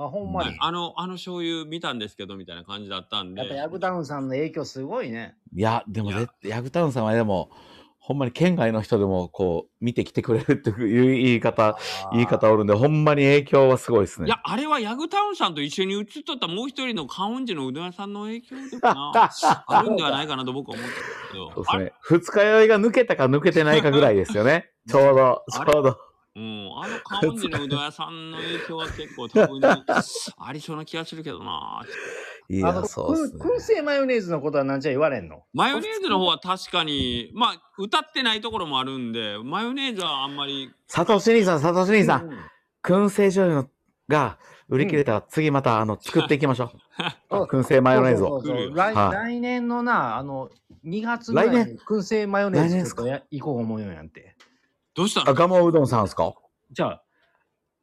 Speaker 3: あ、ほんまに。
Speaker 1: あの、あの醤油見たんですけど、みたいな感じだったんで。
Speaker 3: やっぱヤグダウンさんの影響すごいね。
Speaker 2: いや、でも絶対、ヤグタウンさんはでも、ほんまに県外の人でも、こう、見てきてくれるっていう言い方、言い方おるんで、ほんまに影響はすごいですね。
Speaker 1: いや、あれはヤグタウンさんと一緒に映っとったもう一人のカウンジのうどん屋さんの影響でかなあるんではないかなと僕は思ったんですけど。
Speaker 2: そうで
Speaker 1: あ
Speaker 2: すね。二日酔いが抜けたか抜けてないかぐらいですよね。 ちょうど、
Speaker 1: あれ
Speaker 2: ちょうど。
Speaker 1: うん、あのカウンジのうどん屋さんの影響は結構多分にありそうな気がするけどない
Speaker 3: い
Speaker 2: や、そうですね。
Speaker 3: 燻製マヨネーズのことは何じゃ言われんの
Speaker 1: マヨネーズの方は確かにまあ歌ってないところもあるんでマヨネーズはあんまり
Speaker 2: 佐藤しにさん、佐藤しにさ、
Speaker 3: うんん
Speaker 2: 燻製醤油のが売り切れたら、次また、あの、作っていきましょう。
Speaker 3: そう
Speaker 2: 燻製マヨネーズ
Speaker 3: そ
Speaker 2: を
Speaker 3: う。そうそう
Speaker 1: 来るよ
Speaker 3: 来
Speaker 2: はい
Speaker 3: 来年のな、あの、2月ぐらい
Speaker 2: 来
Speaker 3: に燻製マヨネー
Speaker 2: 来年っ
Speaker 3: ズちょ
Speaker 2: す
Speaker 3: っ
Speaker 2: か
Speaker 3: とや行こう思うようやんて。
Speaker 1: どうした
Speaker 2: あ、
Speaker 1: の
Speaker 2: ガモうどんさんですか
Speaker 3: じゃあ、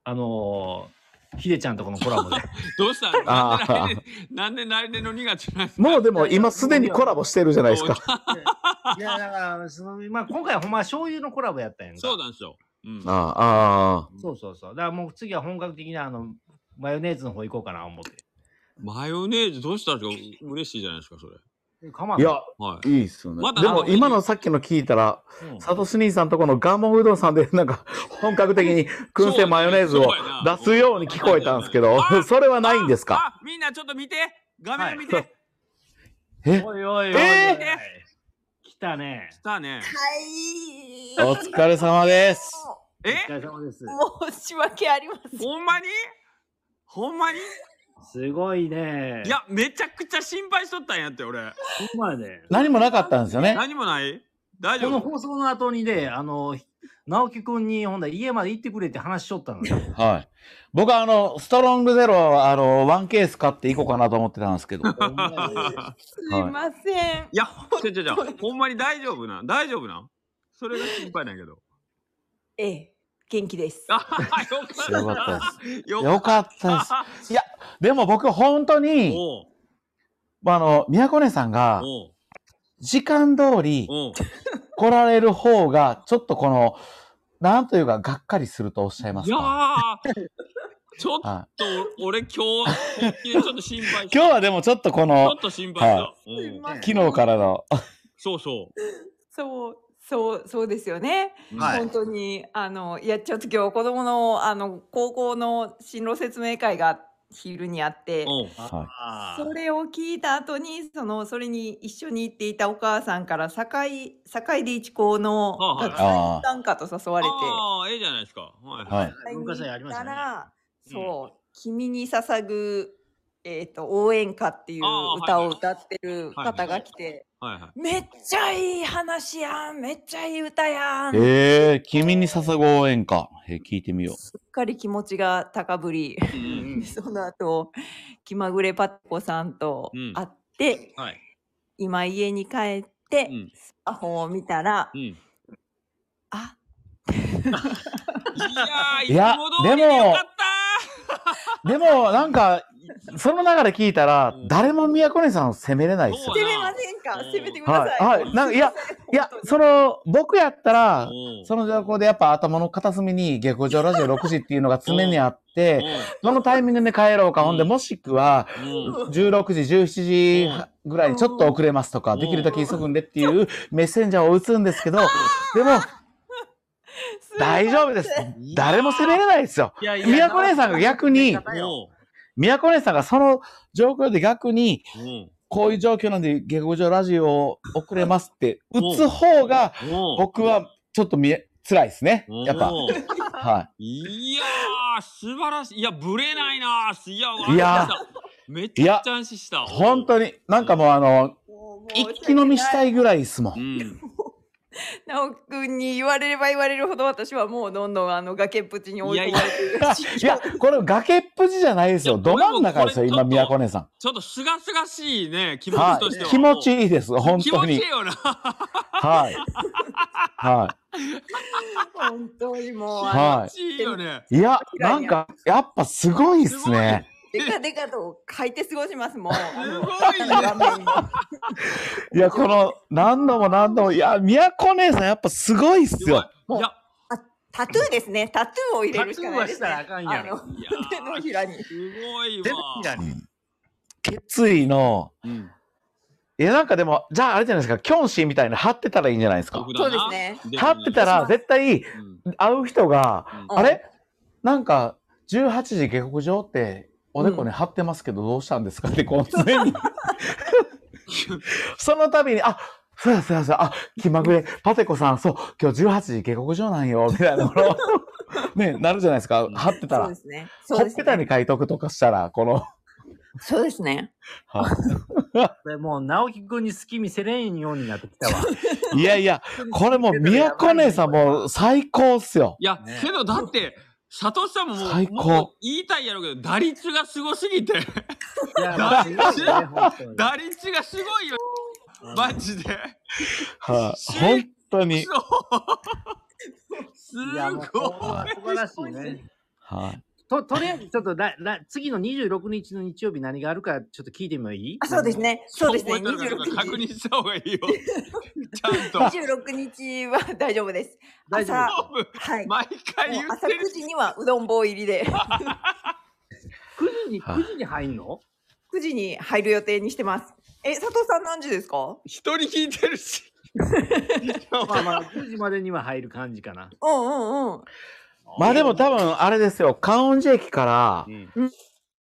Speaker 3: あのー、ヒデちゃんとこのコラボで。
Speaker 1: どうしたの
Speaker 2: あー
Speaker 1: なんで来年 なんで来年の2月なんですか
Speaker 2: もうでも、今すでにコラボしてるじゃないですか。
Speaker 3: いや、だから、そのまあ、今回はほんま醤油のコラボやったんやんか
Speaker 1: そうなんですよ、うん、
Speaker 2: ああ、ああ。
Speaker 3: そうそうそう。だからもう次は本格的なあのマヨネーズの方行こうかな思って。
Speaker 1: マヨネーズどうしたんですか嬉しいじゃないですかそれ
Speaker 3: かま
Speaker 2: いや、
Speaker 1: はい
Speaker 2: いいっすよね
Speaker 1: ま。だ
Speaker 2: で
Speaker 1: な
Speaker 2: も
Speaker 1: んか
Speaker 2: 今のさっきの聞いたら、
Speaker 3: うん
Speaker 2: サトシ兄さんとこのガーモンうどんさんでなんか本格的に燻製マヨネーズを出すように聞こえたんです けど
Speaker 1: あ、
Speaker 2: それはないんですか
Speaker 1: ああみんなちょっと見て画面見て、
Speaker 2: はい
Speaker 1: 来
Speaker 2: え
Speaker 3: おいおいおいおい、
Speaker 2: え
Speaker 3: 来たね。
Speaker 1: たね
Speaker 4: はい。
Speaker 2: お疲れ様です。
Speaker 1: え
Speaker 3: お疲れ様です。
Speaker 4: 申し訳ありません。
Speaker 1: ほんまにほんまに
Speaker 3: すごいね。
Speaker 1: いやめちゃくちゃ心配しとったんやって俺
Speaker 3: ほんまやね。
Speaker 2: 何もなかったんですよね。
Speaker 1: 何もない大
Speaker 3: こ
Speaker 1: 丈
Speaker 3: の
Speaker 1: 夫
Speaker 3: 放送の後にね、あの、直樹くんに、ほんだら家まで行ってくれって話しとったの よ。
Speaker 2: はい。僕はあの、ストロングゼロ、あの、ワンケース買っていこうかなと思ってたんです けど。
Speaker 3: ほんまやね
Speaker 4: すいません。
Speaker 1: いやほんちょちょちょほんまに大丈夫なん大丈夫なんそれが心配なんやけど
Speaker 4: ええ、元気です。
Speaker 1: あよかった
Speaker 2: よかったです。
Speaker 1: よ
Speaker 2: よかったです。いや、でも僕本当に、
Speaker 1: おう
Speaker 2: まああの、宮古根さんが、
Speaker 1: おう
Speaker 2: 時間通り
Speaker 1: おう
Speaker 2: 来られる方が、ちょっとこの、なんというか、がっかりするとおっしゃいま
Speaker 1: い
Speaker 2: す
Speaker 1: や
Speaker 2: か。
Speaker 1: ーちょっ
Speaker 2: は
Speaker 1: と俺今日本気でちょっと心配し
Speaker 2: い、
Speaker 1: た
Speaker 2: 今日はでもちょっとこ
Speaker 1: ちょっ
Speaker 2: の、
Speaker 1: と心配した、
Speaker 2: は
Speaker 1: おう
Speaker 4: ま
Speaker 2: 昨日からの、
Speaker 1: そうそ
Speaker 4: そう。そうそうですよね、
Speaker 1: う、
Speaker 3: はい
Speaker 4: 本当にあのいやちょっと今日子供のあの高校の進路説明会が昼にあって
Speaker 1: おう
Speaker 3: あ
Speaker 4: それを聞いた後にそのそれに一緒に行っていたお母さんから堺堺で一高の
Speaker 1: あはい
Speaker 4: 学祭参加と誘われて
Speaker 1: ああええじゃないですかはい、
Speaker 2: はい。
Speaker 3: ー文化祭ありましたね。
Speaker 1: うん
Speaker 4: そう、君に捧ぐ、えー、と応援歌っていう
Speaker 1: あー
Speaker 4: 歌
Speaker 1: はい
Speaker 4: を
Speaker 1: はい
Speaker 4: 歌ってる方が来て、
Speaker 1: はいはい
Speaker 4: めっちゃいい話やん、めっちゃいい歌やん。
Speaker 2: ええー、君に捧ぐ応援歌、えー聞いてみよう。
Speaker 4: すっかり気持ちが高ぶり、
Speaker 1: うんうん
Speaker 4: でその後、気まぐれパッコさんと
Speaker 1: うん
Speaker 4: 会って、
Speaker 1: はい
Speaker 4: 今家に帰って、
Speaker 1: うん
Speaker 4: スマホを見たら、
Speaker 1: うんい
Speaker 4: あ、
Speaker 1: やーいつも通りでよかった
Speaker 2: でも、なんか、その流れ聞いたら
Speaker 1: うん、
Speaker 2: 誰も宮古根さんを責めれないですよ
Speaker 1: そう。
Speaker 4: 攻めませんか
Speaker 1: うん
Speaker 4: 攻めてくださ。
Speaker 2: はいい。はい。なんか、 いや、いや
Speaker 4: 本当、に
Speaker 2: その、僕やったら、
Speaker 1: おう
Speaker 2: その情報でやっぱ頭の片隅に下校上ラジオ6時っていうのが常にあって、そのタイミングで帰ろうか、
Speaker 1: うん
Speaker 2: ほんで、もしくは、
Speaker 1: おう
Speaker 2: 16時、17時
Speaker 1: うん
Speaker 2: ぐらいにちょっと遅れますと
Speaker 1: う
Speaker 2: か、
Speaker 1: ん
Speaker 2: できるだけ急ぐんでっていうメッセンジャーを打つんですけど、でも、大丈夫です。誰も責めれないですよ。
Speaker 1: いやいや
Speaker 2: 宮古姉さんが逆に、
Speaker 1: おう
Speaker 2: 宮古姉さんがその状況で逆に、
Speaker 1: おう
Speaker 2: こういう状況なんで、下校上ラジオを遅れますって、打つ方が、
Speaker 1: おう
Speaker 2: 僕はちょっと見え、辛いですね。やっぱ。
Speaker 1: おう
Speaker 2: はい
Speaker 1: やー素晴らしいいやぶれないなーいや
Speaker 2: いや
Speaker 1: めちゃくちゃ安心した
Speaker 2: い。本当
Speaker 1: に
Speaker 2: に、なんかもうあの、
Speaker 4: もう
Speaker 2: 一気飲みしたいぐらいですも。
Speaker 1: うんん
Speaker 4: 直樹くんに言われれば言われるほど私はもうどんどんあの崖っぷちに追い込まれてるし
Speaker 2: いや、これ崖っぷちじゃないです
Speaker 1: い
Speaker 2: よ。
Speaker 1: や
Speaker 2: ど真ん中ですよ、
Speaker 1: 俺もこれちょ
Speaker 2: 今、
Speaker 1: っ
Speaker 2: 宮
Speaker 1: と
Speaker 2: 古根さん。
Speaker 1: ちょっとすがすがしいね気持ち
Speaker 2: は
Speaker 1: として
Speaker 2: い。
Speaker 1: は
Speaker 2: 気持ちいいです、本
Speaker 1: 気
Speaker 2: 当
Speaker 1: 持ちい
Speaker 2: に
Speaker 1: い。よな
Speaker 2: はい。は
Speaker 4: 本当にもう、あ
Speaker 2: は
Speaker 1: 気持ちいいよね
Speaker 2: い。いや、なんか、やっぱすごいですね。
Speaker 4: のでかでかと書いて過ごしますもうあ
Speaker 1: す
Speaker 4: の
Speaker 1: ごいね
Speaker 2: いや、この、何度も何度も、いや、宮古姉さん、やっぱすごいっす
Speaker 1: すごい
Speaker 2: よ。
Speaker 1: いや
Speaker 4: タトゥーですねタトゥーを入れるしかないです、ね、
Speaker 3: タトゥーはしたらあかんやろ
Speaker 4: あの
Speaker 1: いや
Speaker 4: 手の
Speaker 1: ー
Speaker 4: ひらに
Speaker 1: すごいわ
Speaker 3: 手のひらに
Speaker 2: 決意の、
Speaker 1: うん
Speaker 2: いや、なんかでも、じゃああれじゃないですか、キョンシーみたいな貼ってたらいいんじゃないですか
Speaker 1: 僕。
Speaker 4: そ
Speaker 1: だ
Speaker 4: うです
Speaker 1: な
Speaker 4: ね
Speaker 2: 貼ってたら、絶対、
Speaker 1: うん
Speaker 2: 会う人が、
Speaker 1: うん
Speaker 4: うん
Speaker 2: あれなんか、18時下克上って、おでこに貼ってますけど、どうしたんですかって、こう、常に。その度に、あ、そうやそうやそうや、あ、気まぐれ、パテコさん、そう、今日18時下克上なんよ、みたいなもの。ね、なるじゃないですか、貼ってた
Speaker 4: そう
Speaker 2: ら
Speaker 4: で。すねそ
Speaker 2: ほ
Speaker 4: う
Speaker 2: っ
Speaker 4: です
Speaker 2: ぺた
Speaker 4: ね
Speaker 2: に書いとくとかしたら、この、
Speaker 4: そうですね
Speaker 3: これもう直樹くんに好き見せれんようになってきたわ。
Speaker 2: いやい や、これもう、宮古姉さんもう最高っすよ。
Speaker 1: いや、
Speaker 3: ね
Speaker 1: けどだって、佐藤さんももう
Speaker 2: 最高
Speaker 1: もう言いたいやろうけど、打率がすごすぎて、
Speaker 3: いや、まあすごいね本当に
Speaker 1: 打率がすごいよ、マジで。
Speaker 2: はい、本当に。
Speaker 1: そう。す
Speaker 3: いや、もう、これ
Speaker 1: ごい。
Speaker 3: は素晴らしいね。
Speaker 2: はい。
Speaker 3: と、とりあえず、ちょっとら、ら、次の26日の日曜日何があるか、ちょっと聞いてもいい
Speaker 4: あそうです。ねそうですね
Speaker 1: 覚えてるかどうか確
Speaker 4: 26日
Speaker 1: 認した方がい いよ。ちゃんと。
Speaker 4: 26日は大丈夫です
Speaker 3: 大丈
Speaker 4: 朝
Speaker 1: 勝負
Speaker 4: はい
Speaker 1: 毎回
Speaker 4: も
Speaker 1: 言
Speaker 4: う
Speaker 1: っ
Speaker 4: 朝
Speaker 1: てる
Speaker 4: 9時にはうどん棒入りで
Speaker 3: 夫。9時に、
Speaker 2: はい
Speaker 3: 9時に入んの
Speaker 4: 9時に入る予定にしてます。え、佐藤さん何時ですか
Speaker 1: 人に聞いてるし。
Speaker 3: まあまあ、10時までには入る感じかな。
Speaker 4: うんうんうん。
Speaker 2: まあでも多分あれですよ、観音寺駅から
Speaker 1: う、ん
Speaker 2: 始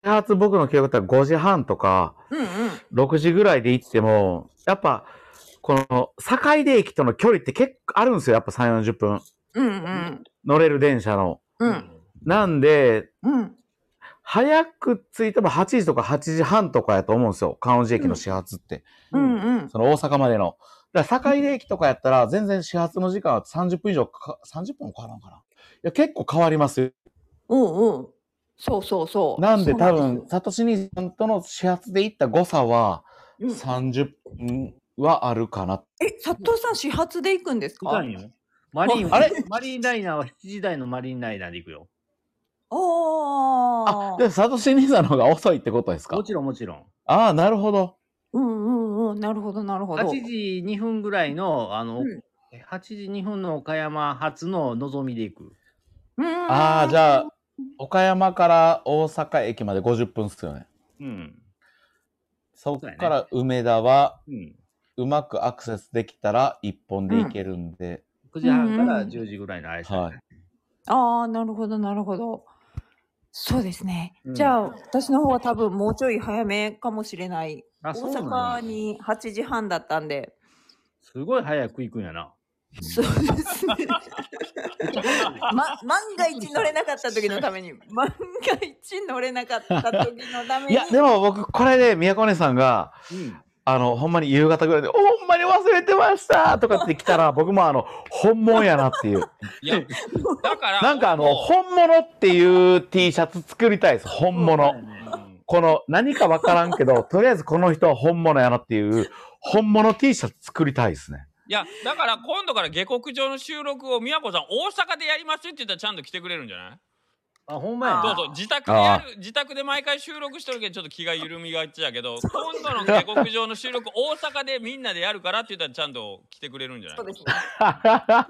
Speaker 2: 発僕の記憶だったら5時半とか、
Speaker 4: うんうん。
Speaker 2: 6時ぐらいで行っても、やっぱ、この、坂出駅との距離って結構あるんですよ、やっぱ3、40分。
Speaker 4: うんうん。
Speaker 2: 乗れる電車の。
Speaker 4: うん。
Speaker 2: なんで、
Speaker 4: うん。
Speaker 2: 早く着いても8時とか8時半とかやと思うんですよ、観音寺駅の始発って。
Speaker 4: うんうん。
Speaker 2: その大阪までの。だから、堺出駅とかやったら、全然始発の時間は30分以上か、30分も変わらんかな。いや、結構変わりますよ。
Speaker 4: うんうん。そうそうそう。
Speaker 2: なんで
Speaker 4: そう
Speaker 2: 多
Speaker 4: で
Speaker 2: 分、
Speaker 4: すよ
Speaker 2: サトシ兄さんとの始発で行った誤差は、
Speaker 4: うん
Speaker 2: 30分はあるかな。
Speaker 4: え、佐藤さん始発で行くんです
Speaker 3: 行か
Speaker 4: か
Speaker 3: んよ。マリン、
Speaker 2: あれ
Speaker 3: マリンライナーは7時台のマリンライナーで行くよ。
Speaker 4: お
Speaker 2: あ
Speaker 4: ー、。
Speaker 2: でも、サトシ兄さんの方が遅いってことですか
Speaker 3: もちろんもちろん。
Speaker 2: ああ、なるほど。
Speaker 4: うんうんうん。なるほどなるほど。
Speaker 3: 8時2分ぐらいの、あの、
Speaker 4: うん
Speaker 3: 8時2分の岡山発ののぞみで行く。
Speaker 2: ああ、じゃ
Speaker 4: ゃ
Speaker 2: あ、岡山から大阪駅まで50分っすよね。
Speaker 3: うん。
Speaker 2: そっ
Speaker 3: そうやね
Speaker 2: から梅田は、
Speaker 3: うん。
Speaker 2: うまくアクセスできたら1本で行けるんで、
Speaker 3: 9時半か
Speaker 4: うん
Speaker 3: ら
Speaker 4: うん
Speaker 3: 10時ぐらいの間、
Speaker 2: はい。
Speaker 4: ああ、なるほど、なるほど。そうですね。
Speaker 3: うん
Speaker 4: じゃあ、私の方は多分もうちょい早めかもしれない。
Speaker 3: あ、
Speaker 4: 大
Speaker 3: そうな
Speaker 4: 阪
Speaker 3: んや
Speaker 4: に8時半だったんで。
Speaker 3: すごい早く行くんやな。
Speaker 4: そうですね。ま、万が一乗れなかった時のために、万が一乗れなかった時のために。
Speaker 2: いや、でも僕、これで、宮古姉さんが、
Speaker 3: うん。
Speaker 2: あの、ほんまに夕方ぐらいで、ほんまに忘れてましたとかって来たら、僕もあの、本物やなっていう。
Speaker 1: いや、だから。
Speaker 2: なんかあの、
Speaker 1: も
Speaker 2: 本物っていう T シャツ作りたいです。本
Speaker 3: そう
Speaker 2: 物。
Speaker 3: だよね
Speaker 1: ううん
Speaker 2: この、何かわからんけど、とりあえずこの人は本物やなっていう、本物 T シャツ作りたいですね。
Speaker 1: いや、だから今度から下克上の収録を、宮子さん、大阪でやりますって言ったらちゃんと来てくれるんじゃない
Speaker 3: あ、ほんまや
Speaker 1: ど
Speaker 4: あ
Speaker 1: う
Speaker 3: な。
Speaker 1: ぞ、自宅でやる、自宅で毎回収録してるけど、ちょっと気が緩みがちやけど、今度の下克上の収録、大阪でみんなでやるからって言ったらちゃんと来てくれるんじゃな
Speaker 4: そう
Speaker 1: い
Speaker 4: ですね。そう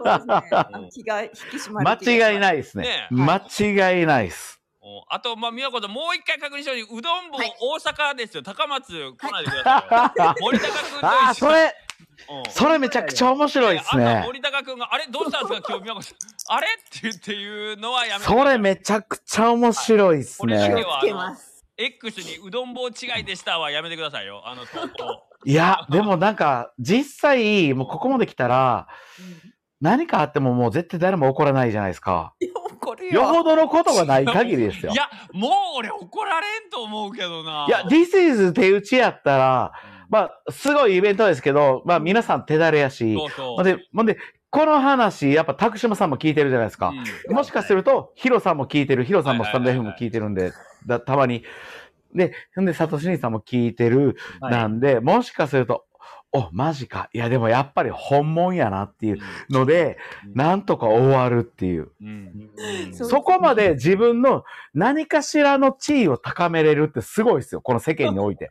Speaker 4: ですね。あの気が引き締ま
Speaker 2: 間
Speaker 4: るとうか。
Speaker 2: 違いないですね
Speaker 1: ね。
Speaker 2: 間違いないです。
Speaker 1: おあと、まあ、宮子さん、もう一回確認してほしい。うどん部、
Speaker 4: はい
Speaker 1: 大阪ですよ。高松、来ないでくだ さいよ。森高君と
Speaker 2: ああ、
Speaker 1: 一緒
Speaker 2: それ、
Speaker 1: うん
Speaker 2: それめちゃくちゃ面白いです
Speaker 1: 朝
Speaker 2: ね。
Speaker 1: 森高君が「あれどうしたんですか今日宮子さん」あれって言っていうのはやめて
Speaker 2: それめちゃくちゃ面白いです
Speaker 1: これだけ
Speaker 2: ね。
Speaker 1: は
Speaker 4: つけま
Speaker 1: あの
Speaker 4: す。
Speaker 1: X にうどん棒違いでしたはやめてくださいよあの投稿
Speaker 2: いや、でもなんか、実際、もうここまで来たら、何かあってももう絶対誰も怒らないじゃないですか。
Speaker 4: これ
Speaker 2: よ
Speaker 4: は。
Speaker 2: ほどのことがない限りですよ。
Speaker 1: い
Speaker 2: いや、
Speaker 1: やもう俺怒られんと思うけどない
Speaker 2: いや This is 手打ちやったら、まあ、すごいイベントですけど、まあ皆さん手だれやし
Speaker 1: そ、うそう
Speaker 2: ほんで、ほんで、この話、やっぱ、拓島さんも聞いてるじゃないですか。もしかすると、ヒロさんも聞いてる、ヒロさんもスタンド
Speaker 1: はいはいは
Speaker 2: F
Speaker 1: い
Speaker 2: も
Speaker 1: はい
Speaker 2: 聞いてるんで、だたまに。で、ほんで、サトシ兄さんも聞いてる、
Speaker 3: はい
Speaker 2: なんで、もしかすると、お、マジか。いや、でもやっぱり本物やなっていうので、なんとか終わるっていう。
Speaker 1: うんうん
Speaker 4: そう
Speaker 2: そこまで自分の何かしらの地位を高めれるってすごいですよ。この世間にお いて。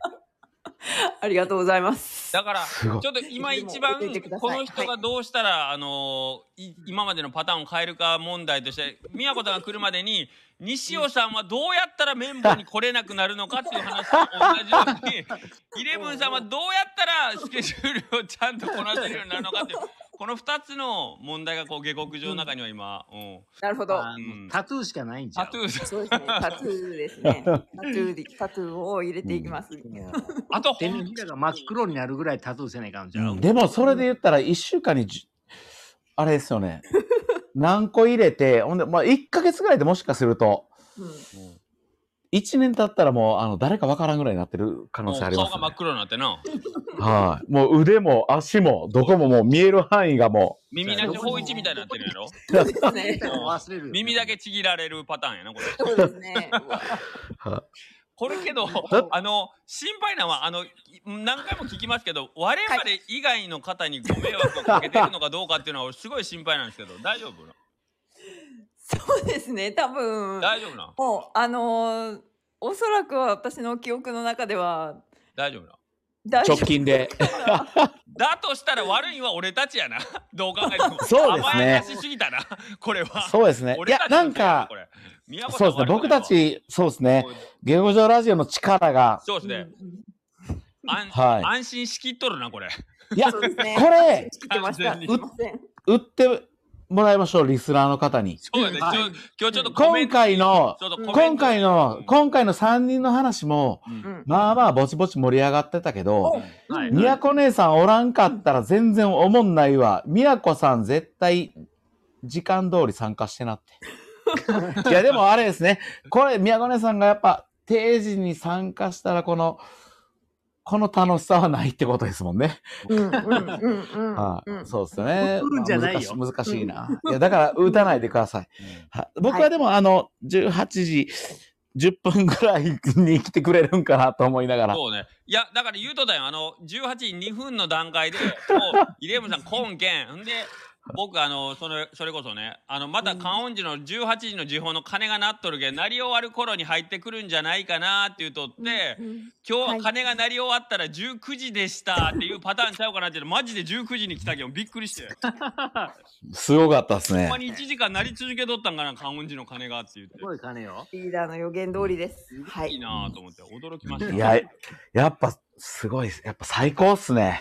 Speaker 4: ありがとうございます。
Speaker 1: だから
Speaker 2: すごい
Speaker 1: ちょっと今一
Speaker 4: でも
Speaker 1: 番
Speaker 4: 教えてください
Speaker 1: この人がどうしたら、あのい今までのパターンを変えるか問題として宮子さんが来るまでに西尾さんはどうやったら綿棒に来れなくなるのかっていう話と同じよ うにイレブンさんはどうやったらスケジュールをちゃんとこなせるようになるのかっていうこの2つの問題がこう下克上の中には今、うん
Speaker 4: なるほど。
Speaker 3: あ
Speaker 1: うん
Speaker 3: のタトゥーしかないんじゃ
Speaker 1: タ
Speaker 3: ん。
Speaker 1: トゥーさん
Speaker 4: そうですね。タトゥーですね。タトゥーで、タトゥーを入れていきます。
Speaker 1: あと
Speaker 3: 手のひらが真っ黒になるぐらいタトゥーせないかんじゃん。
Speaker 2: でも、それで言ったら、1週間にじゅ、あれですよ ね。何個入れて、ほんで、まあ、1ヶ月ぐらいでもしかすると、
Speaker 4: うん
Speaker 2: 一年経ったらもうあの誰かわからんぐらいになってる可
Speaker 1: も
Speaker 2: 能
Speaker 1: う
Speaker 2: 性ありま
Speaker 1: 顔
Speaker 2: す、
Speaker 1: が真っ
Speaker 2: ね。
Speaker 1: 黒になってな
Speaker 2: はい。もう腕も足もどこももう見える範囲がも
Speaker 1: 耳なし芳一みたいになってるやろ
Speaker 4: そうですね。
Speaker 3: 忘れるよね
Speaker 1: 耳だけちぎられるパターンやなこれ。
Speaker 4: そうですね。うわ
Speaker 1: これけ ど
Speaker 2: だ、
Speaker 1: あの、心配なのは、あの、い何回も聞きますけど、我々以外の方にご迷惑をかけてるのかどうかっていうのは、すごい心配なんですけど、大丈夫な
Speaker 4: そうですね。多分。
Speaker 1: 大丈夫な
Speaker 4: もうあのーおそらく私の記憶の中では
Speaker 1: 大丈夫な
Speaker 2: う
Speaker 4: 大丈
Speaker 2: 直
Speaker 4: 夫
Speaker 2: 近で。
Speaker 1: だとしたら悪いのは俺たちやな。 どう考えても。
Speaker 2: そうです
Speaker 1: 甘
Speaker 2: ね
Speaker 1: やかしすぎたな、これは。
Speaker 2: そうですね。い
Speaker 1: 俺
Speaker 2: や
Speaker 1: た、ちの
Speaker 2: な
Speaker 1: せい
Speaker 2: ん
Speaker 1: だよ
Speaker 2: か
Speaker 1: こ、れ宮古さ
Speaker 2: そ
Speaker 1: ん
Speaker 2: うですね。
Speaker 1: 悪く
Speaker 2: 僕
Speaker 1: ないわ
Speaker 2: たち、そうですね。ゲゴジョラジオの力が、
Speaker 1: そうですね。
Speaker 4: うん
Speaker 1: あん
Speaker 2: はい
Speaker 1: 安心しきっとるなこれ
Speaker 2: いや
Speaker 4: そうですね
Speaker 2: これ
Speaker 4: 切ってました。
Speaker 1: 完全
Speaker 4: す
Speaker 1: に
Speaker 4: いません。
Speaker 2: 売ってもらいましょうリスナーの方に
Speaker 1: そうやね、
Speaker 3: はい
Speaker 1: ちょ今日ちょっとコメン
Speaker 2: 今
Speaker 1: ト
Speaker 2: 回の
Speaker 1: ちょっとコメント
Speaker 2: 今回の
Speaker 1: うん
Speaker 2: 今回の3人の話も
Speaker 1: うん
Speaker 4: うん。
Speaker 2: まあまあぼちぼち盛り上がってたけど
Speaker 1: はい
Speaker 2: みやこ姉さんおらんかったら全然おもんないわみやこさん絶対時間通り参加してなって いやでもあれですねこれみやこ姉さんがやっぱ定時に参加したらこのこの楽しさはないってことですもんね。
Speaker 4: うんうんうんうん
Speaker 2: はい、
Speaker 4: うん。
Speaker 2: そうですよね。
Speaker 3: 踊るんじゃないよ
Speaker 2: まあ難しい難しいな。いや、だから打たないでください。はい僕はでも、あの、18時10分ぐらいに来てくれるんかなと思いながら。
Speaker 1: そうね。いや、だから言うとだよ。あの、18時2分の段階で、も う、イレブンさん、根源。んで、僕、あの、それ、それこそね、あの、また、観音寺の18時の時報の鐘が鳴っとるけん、鳴り終わる頃に入ってくるんじゃないかなって言うとって、
Speaker 4: うん
Speaker 1: 今日
Speaker 4: は
Speaker 1: はい鐘が鳴り終わったら19時でしたっていうパターンちゃうかなって、マジで19時に来たけん、びっくり して。
Speaker 2: すごかったです
Speaker 1: ほん
Speaker 2: ね
Speaker 1: ま。に1時間鳴り続けとったんかな、観音寺の鐘がって言って。
Speaker 3: ごい金よ。
Speaker 4: リーダーの予言通りです。はい
Speaker 1: い
Speaker 4: い。
Speaker 1: なぁと思って、驚きました。
Speaker 2: いや、やっぱ、すごいっす、やっぱ最高っすね。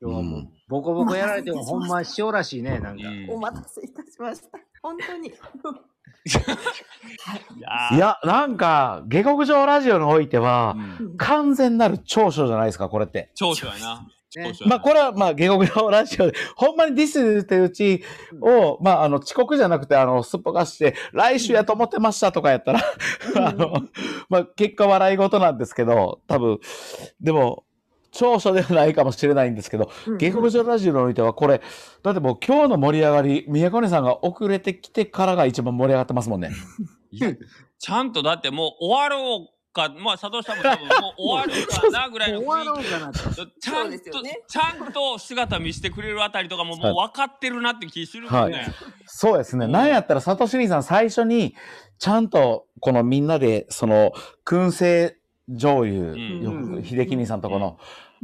Speaker 3: 今日はもううんボコボコやられてもほんま塩らしいね、なん
Speaker 1: う
Speaker 3: か。
Speaker 1: ん
Speaker 4: お待たせいたしました。本当に。
Speaker 1: いや
Speaker 2: いや、なんか、下克上ラジオにおいては、
Speaker 1: ー、
Speaker 2: 完全なる長所じゃないですか、これって。
Speaker 1: 長所やな。
Speaker 3: ね
Speaker 1: 長所やな
Speaker 2: まあこれはまあ下克上ラジオで、ほんまにディスってるうちを、まああの遅刻じゃなくてあのすっぽかして、来週やと思ってましたとかやったら、 あの、まあ結果笑い事なんですけど、多分、でも、長所ではないかもしれないんですけど、下克上ラジオにおいてはこれ、だってもう今日の盛り上がり、宮古根さんが遅れてきてからが一番盛り上がってますもんね。
Speaker 1: いやちゃんとだってもう終わろうか、まあ佐藤さんも多分もう終わるかなぐらいの
Speaker 3: 終わろ
Speaker 1: 雰囲
Speaker 3: うかなって。
Speaker 1: 気。ちゃ
Speaker 4: そうんです
Speaker 1: と、
Speaker 4: よね
Speaker 1: ちゃんと姿見せてくれるあたりとかももう分かってるなって気するも
Speaker 2: は
Speaker 1: ん
Speaker 2: い
Speaker 1: ね。
Speaker 2: そうですね。
Speaker 1: うん
Speaker 2: なんやったら、サトシリンさん最初に、ちゃんと、このみんなで、その、燻製醤油、
Speaker 1: ん
Speaker 2: よ
Speaker 4: う
Speaker 2: く
Speaker 4: ん
Speaker 2: 秀樹兄さんとこの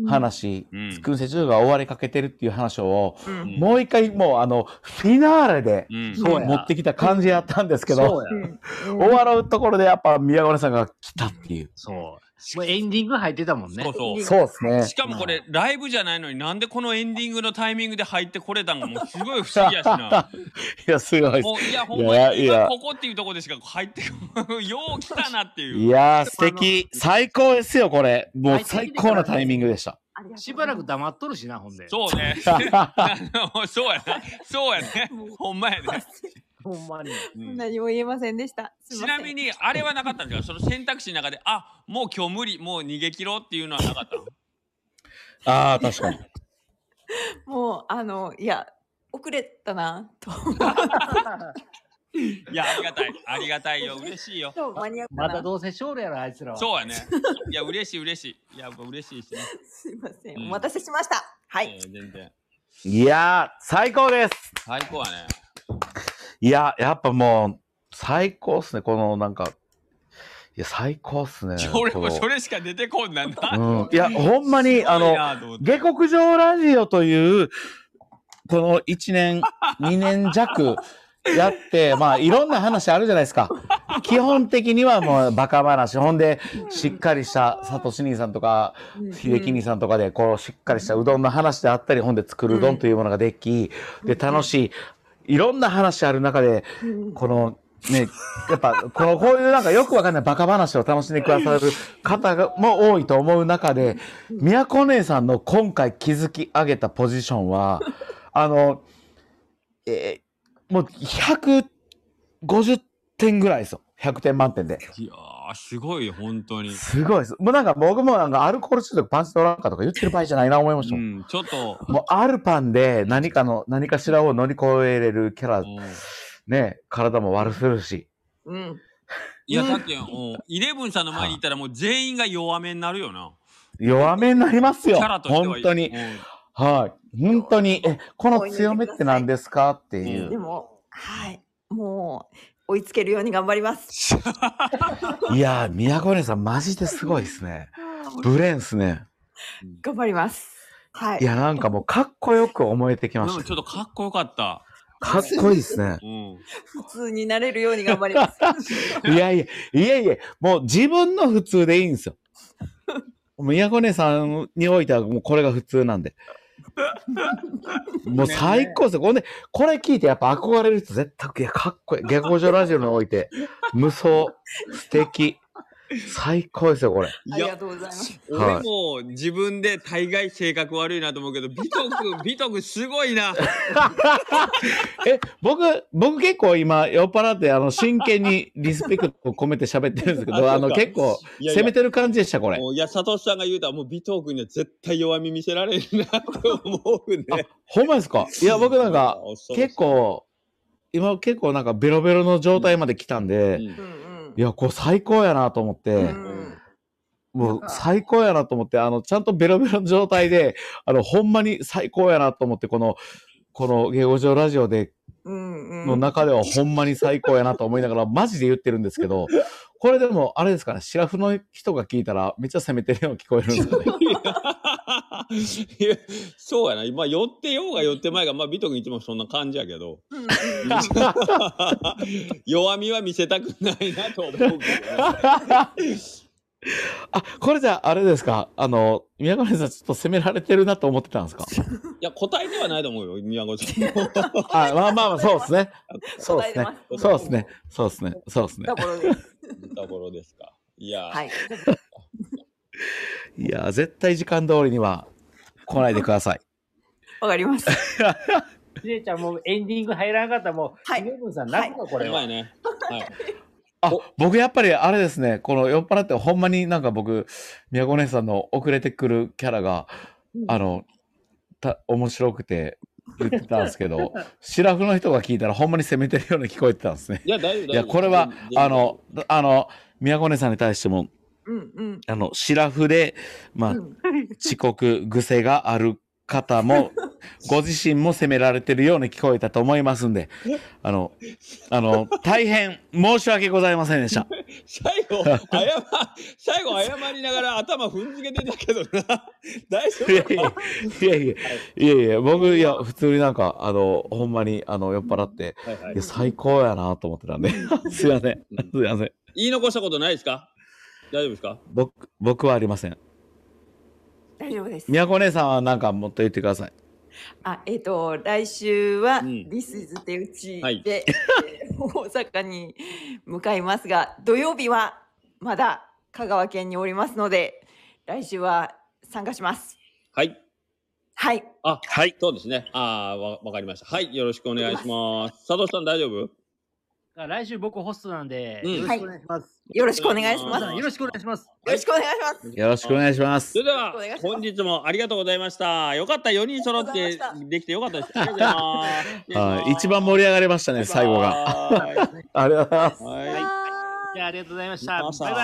Speaker 2: 話、
Speaker 1: うん
Speaker 2: 燻製醤油が終わりかけてるっていう話を、
Speaker 4: うんうん
Speaker 2: もう一回、もうあの、フィナーレで、
Speaker 1: うん。
Speaker 3: そうや
Speaker 2: 持ってきた感じやったんですけど、
Speaker 3: そう
Speaker 4: う
Speaker 3: や。
Speaker 4: ん
Speaker 2: 終わるところでやっぱ宮古さんが来たっていう。
Speaker 3: そう。もうエンディング入ってたもんね
Speaker 1: そう。そう。
Speaker 2: そうですね
Speaker 1: し。かもこれライブじゃないのになんでこのエンディングのタイミングで入ってこれたんかもうすごい不思議やし な。
Speaker 2: いや、すごいです。
Speaker 1: もういやほんま
Speaker 2: いや
Speaker 1: に
Speaker 2: いや
Speaker 1: 今ここっていうところでしか入ってこ よう来たなってい。
Speaker 2: いうやー、素敵。最高ですよ、これ。もう最高なタイミングで した。
Speaker 4: ありがとうございます
Speaker 3: しばらく黙っとるしな、ほんで。
Speaker 1: そうね。 そうやな。そうやね。 ほんまやね。
Speaker 3: ほんま に。
Speaker 1: うん
Speaker 4: 何も言えませんでした。すい
Speaker 1: ち
Speaker 4: ません
Speaker 1: なみにあれはなかったんですかその選択肢の中であもう今日無理もう逃げ切ろうっていうのはなか ったの
Speaker 2: ああ、確かに。
Speaker 4: もう、あの、いや、遅れたな、と。
Speaker 1: いやありがたいありがたいよ嬉しいよ
Speaker 4: そう間に合う
Speaker 3: ま
Speaker 4: か
Speaker 3: た
Speaker 4: な。
Speaker 3: どうせ勝利やろ、あいつらは。
Speaker 1: そうやねいや嬉しい嬉しいいやもう嬉しいしね、
Speaker 4: すいませ
Speaker 1: うん
Speaker 4: ん。お待たせしました。は
Speaker 1: え
Speaker 4: い。
Speaker 1: ー全然
Speaker 2: いやー、最高です。
Speaker 1: 最高やね
Speaker 2: いや、やっぱもう、最高っすね。この、なんか、いや、最高っすね。
Speaker 1: 俺も
Speaker 2: この
Speaker 1: それしか出てこんなんだ
Speaker 2: うん。いや、ほんまに、あの、
Speaker 1: の
Speaker 2: 下克上ラジオという、この1年、2年 弱、やって、まあ、いろんな話あるじゃないですか。基本的にはもう、バカ話。ほんで、しっかりした、サトシ兄さんとか、秀樹兄さんとかでこうしっかりしたうどんの話であったり本で作るうどんというものができ、で楽しいいろんな話ある中でこのねやっぱこのこういうなんかよくわかんないバカ話を楽しんでくださる方がも多いと思う中で宮古姉さんの今回築き上げたポジションはあの、えーもう150点ぐらいですよ100点満点で。
Speaker 1: いやーすごい本当に
Speaker 2: すごいです。もうなんか僕もなんかアルコール中毒パンチ取らんかとか言ってる場合じゃないな思いました
Speaker 1: う
Speaker 2: もん。
Speaker 1: んちょっと
Speaker 2: もうアルパンで何かの、何かしらを乗り越えれるキャラ、
Speaker 1: うん
Speaker 2: ね、体も悪するし。
Speaker 4: うん。
Speaker 1: いやさっきうんイレブンさんの前にいたらもう全員が弱めになるよな
Speaker 2: 弱めになります
Speaker 1: キ
Speaker 2: よ
Speaker 1: ャラ。としては
Speaker 2: 本当に。
Speaker 1: うん
Speaker 2: はい。本当に。え、この強めって何ですかってい
Speaker 1: うん
Speaker 4: で
Speaker 2: う。
Speaker 4: も、はい。もう、追いつけるように頑張ります。
Speaker 2: いやー、宮古姉さんマジですごいですね。ブレーンですね。
Speaker 4: 頑張ります。はい。
Speaker 2: いや、なんかもうかっこよく思えてきま
Speaker 1: で
Speaker 2: し
Speaker 1: も
Speaker 2: た。
Speaker 1: ちょっとかっこよかった。
Speaker 2: かっこいいですね。
Speaker 1: うん。
Speaker 4: 普通になれるように頑 張ります。
Speaker 2: いやいや、いやいや、もう自分の普通でいいんですよ。もう宮古姉さんにおいてはもうこれが普通なんで。もう最高ですよ。ほんで、これ聞いてやっぱ憧れる人絶対、いや、かっこいい。逆五条ラジオにおいて、無双、素敵。最高ですよ、これ。
Speaker 4: ありがとうございます。
Speaker 1: 俺も自分で大概性格悪いなと思うけ ど、美徳、美徳すごいな。
Speaker 2: え、僕、僕結構今、酔っ払って、あの、真剣にリスペクトを込めて喋ってるんですけど、あの、結構、
Speaker 1: いやいや
Speaker 2: 攻めてる感じでした、これ。
Speaker 1: もういや、佐藤さんが言うたら、もう美藤君には絶対弱み見せられるなと思うね。
Speaker 2: ほんまですかいや、僕なんか、
Speaker 1: 恐ろしい
Speaker 2: 結、構、今結構なんかベロベロの状態まで来たんで、
Speaker 1: うん
Speaker 4: うん
Speaker 2: いや、こう最高やなと思っ
Speaker 4: う
Speaker 2: て、
Speaker 4: ん。うん
Speaker 2: もう最高やなと思って、あの、ちゃんとベロベロの状態で、あの、ほんまに最高やなと思って、この、この芸語上ラジオで、
Speaker 4: うんう
Speaker 2: の
Speaker 4: ん。
Speaker 2: 中ではほんまに最高やなと思いな がら、マジで言ってるんですけど、これでも、あれですかね、シラフの人が聞いたら、めっちゃ責めてるように聞こえるん ですかね。
Speaker 1: いやそうやな。まあ、寄ってようが寄ってまいが、まあ、美藤君いつもそんな感じやけど、
Speaker 4: うん
Speaker 1: 弱みは見せたくないなと思うけどね、
Speaker 2: あ、これじゃあ、あれですか、あの、宮上さんちょっと責められてるなと思ってたんですか
Speaker 1: いや、答えではないと思うよ、宮古さんも。
Speaker 2: あ、まあまあまあ、そうですね。そうですね
Speaker 4: 答えて。ます
Speaker 2: そうですね。そうですね。そうですね
Speaker 4: と。ころです。
Speaker 1: ところですか。いや、
Speaker 4: はい。
Speaker 2: いやー、絶対時間通りには来ないでください。
Speaker 4: わかります。
Speaker 3: ひでちゃんもうエンディング入らなかったらもう、
Speaker 4: はい
Speaker 3: ひでぶんさん泣くかこれ
Speaker 1: う
Speaker 3: は。
Speaker 1: まいね。はい。
Speaker 2: あ、僕やっぱりあれですね、この酔っ払ってほんまになんか僕、宮古姉さんの遅れてくるキャラが、あの、た面白くて言ってたんですけ ど、シラフの人が聞いたらほんまに責めてるように聞こえてたんですね。
Speaker 1: いや、大丈夫、大丈夫
Speaker 2: いや、これは、あの、、あの、宮古姉さんに対しても、
Speaker 4: うんうん。
Speaker 2: あの、シラフで、まあ、
Speaker 4: うん
Speaker 2: 遅刻癖がある方 もご自身も責められてるように聞こえたと思いますんであのあの大変申し訳ございませんで した
Speaker 1: 最後、謝、最後謝りながら頭踏んづけてたけどな。 大丈
Speaker 2: いやい
Speaker 1: 夫
Speaker 2: やいやいやいやいや僕いや普通になんかあのほんまにあの酔っ払って
Speaker 1: はいはい
Speaker 2: いや最高やなと思ってたん ですいませんすいません
Speaker 1: 言い残したことないですか大丈夫ですか
Speaker 2: 僕僕はありません
Speaker 4: 大丈夫です。
Speaker 2: 宮古姉さんはなんかもっと言ってください
Speaker 4: あ、えっ、と、来週は、
Speaker 1: うん
Speaker 4: This is 手打ちで、
Speaker 1: はい
Speaker 4: えー大阪に向かいますが、土曜日はまだ香川県におりますので、来週は参加します。
Speaker 1: はい。
Speaker 4: はい、
Speaker 1: あ、
Speaker 2: はい
Speaker 1: そうですね。ああ、わわかりました。はい、よろしくお願いします。佐藤さん大丈夫
Speaker 3: 来週僕ホストなんで、
Speaker 1: うん
Speaker 3: よろしくお願いします。
Speaker 4: よろしくお願いし
Speaker 1: は
Speaker 4: ま
Speaker 3: 皆
Speaker 4: す。
Speaker 3: さん
Speaker 4: よ
Speaker 3: よろしくお願いします。
Speaker 4: ろしくお願いします。
Speaker 2: よろしくお願いしま
Speaker 1: そ
Speaker 2: す
Speaker 1: れでは
Speaker 4: お願いしま、す
Speaker 1: 本日もありがとうございました。よかった、4人揃っ
Speaker 4: あり
Speaker 1: て
Speaker 4: がとうございま
Speaker 1: できてよかったで す。ありがとうございます
Speaker 2: はい一番盛り上がりましたね最後が
Speaker 1: が。
Speaker 2: ありがとうございます
Speaker 1: はい。
Speaker 3: じゃあありがとうございました。
Speaker 1: ありがとうございました
Speaker 3: バイバイ。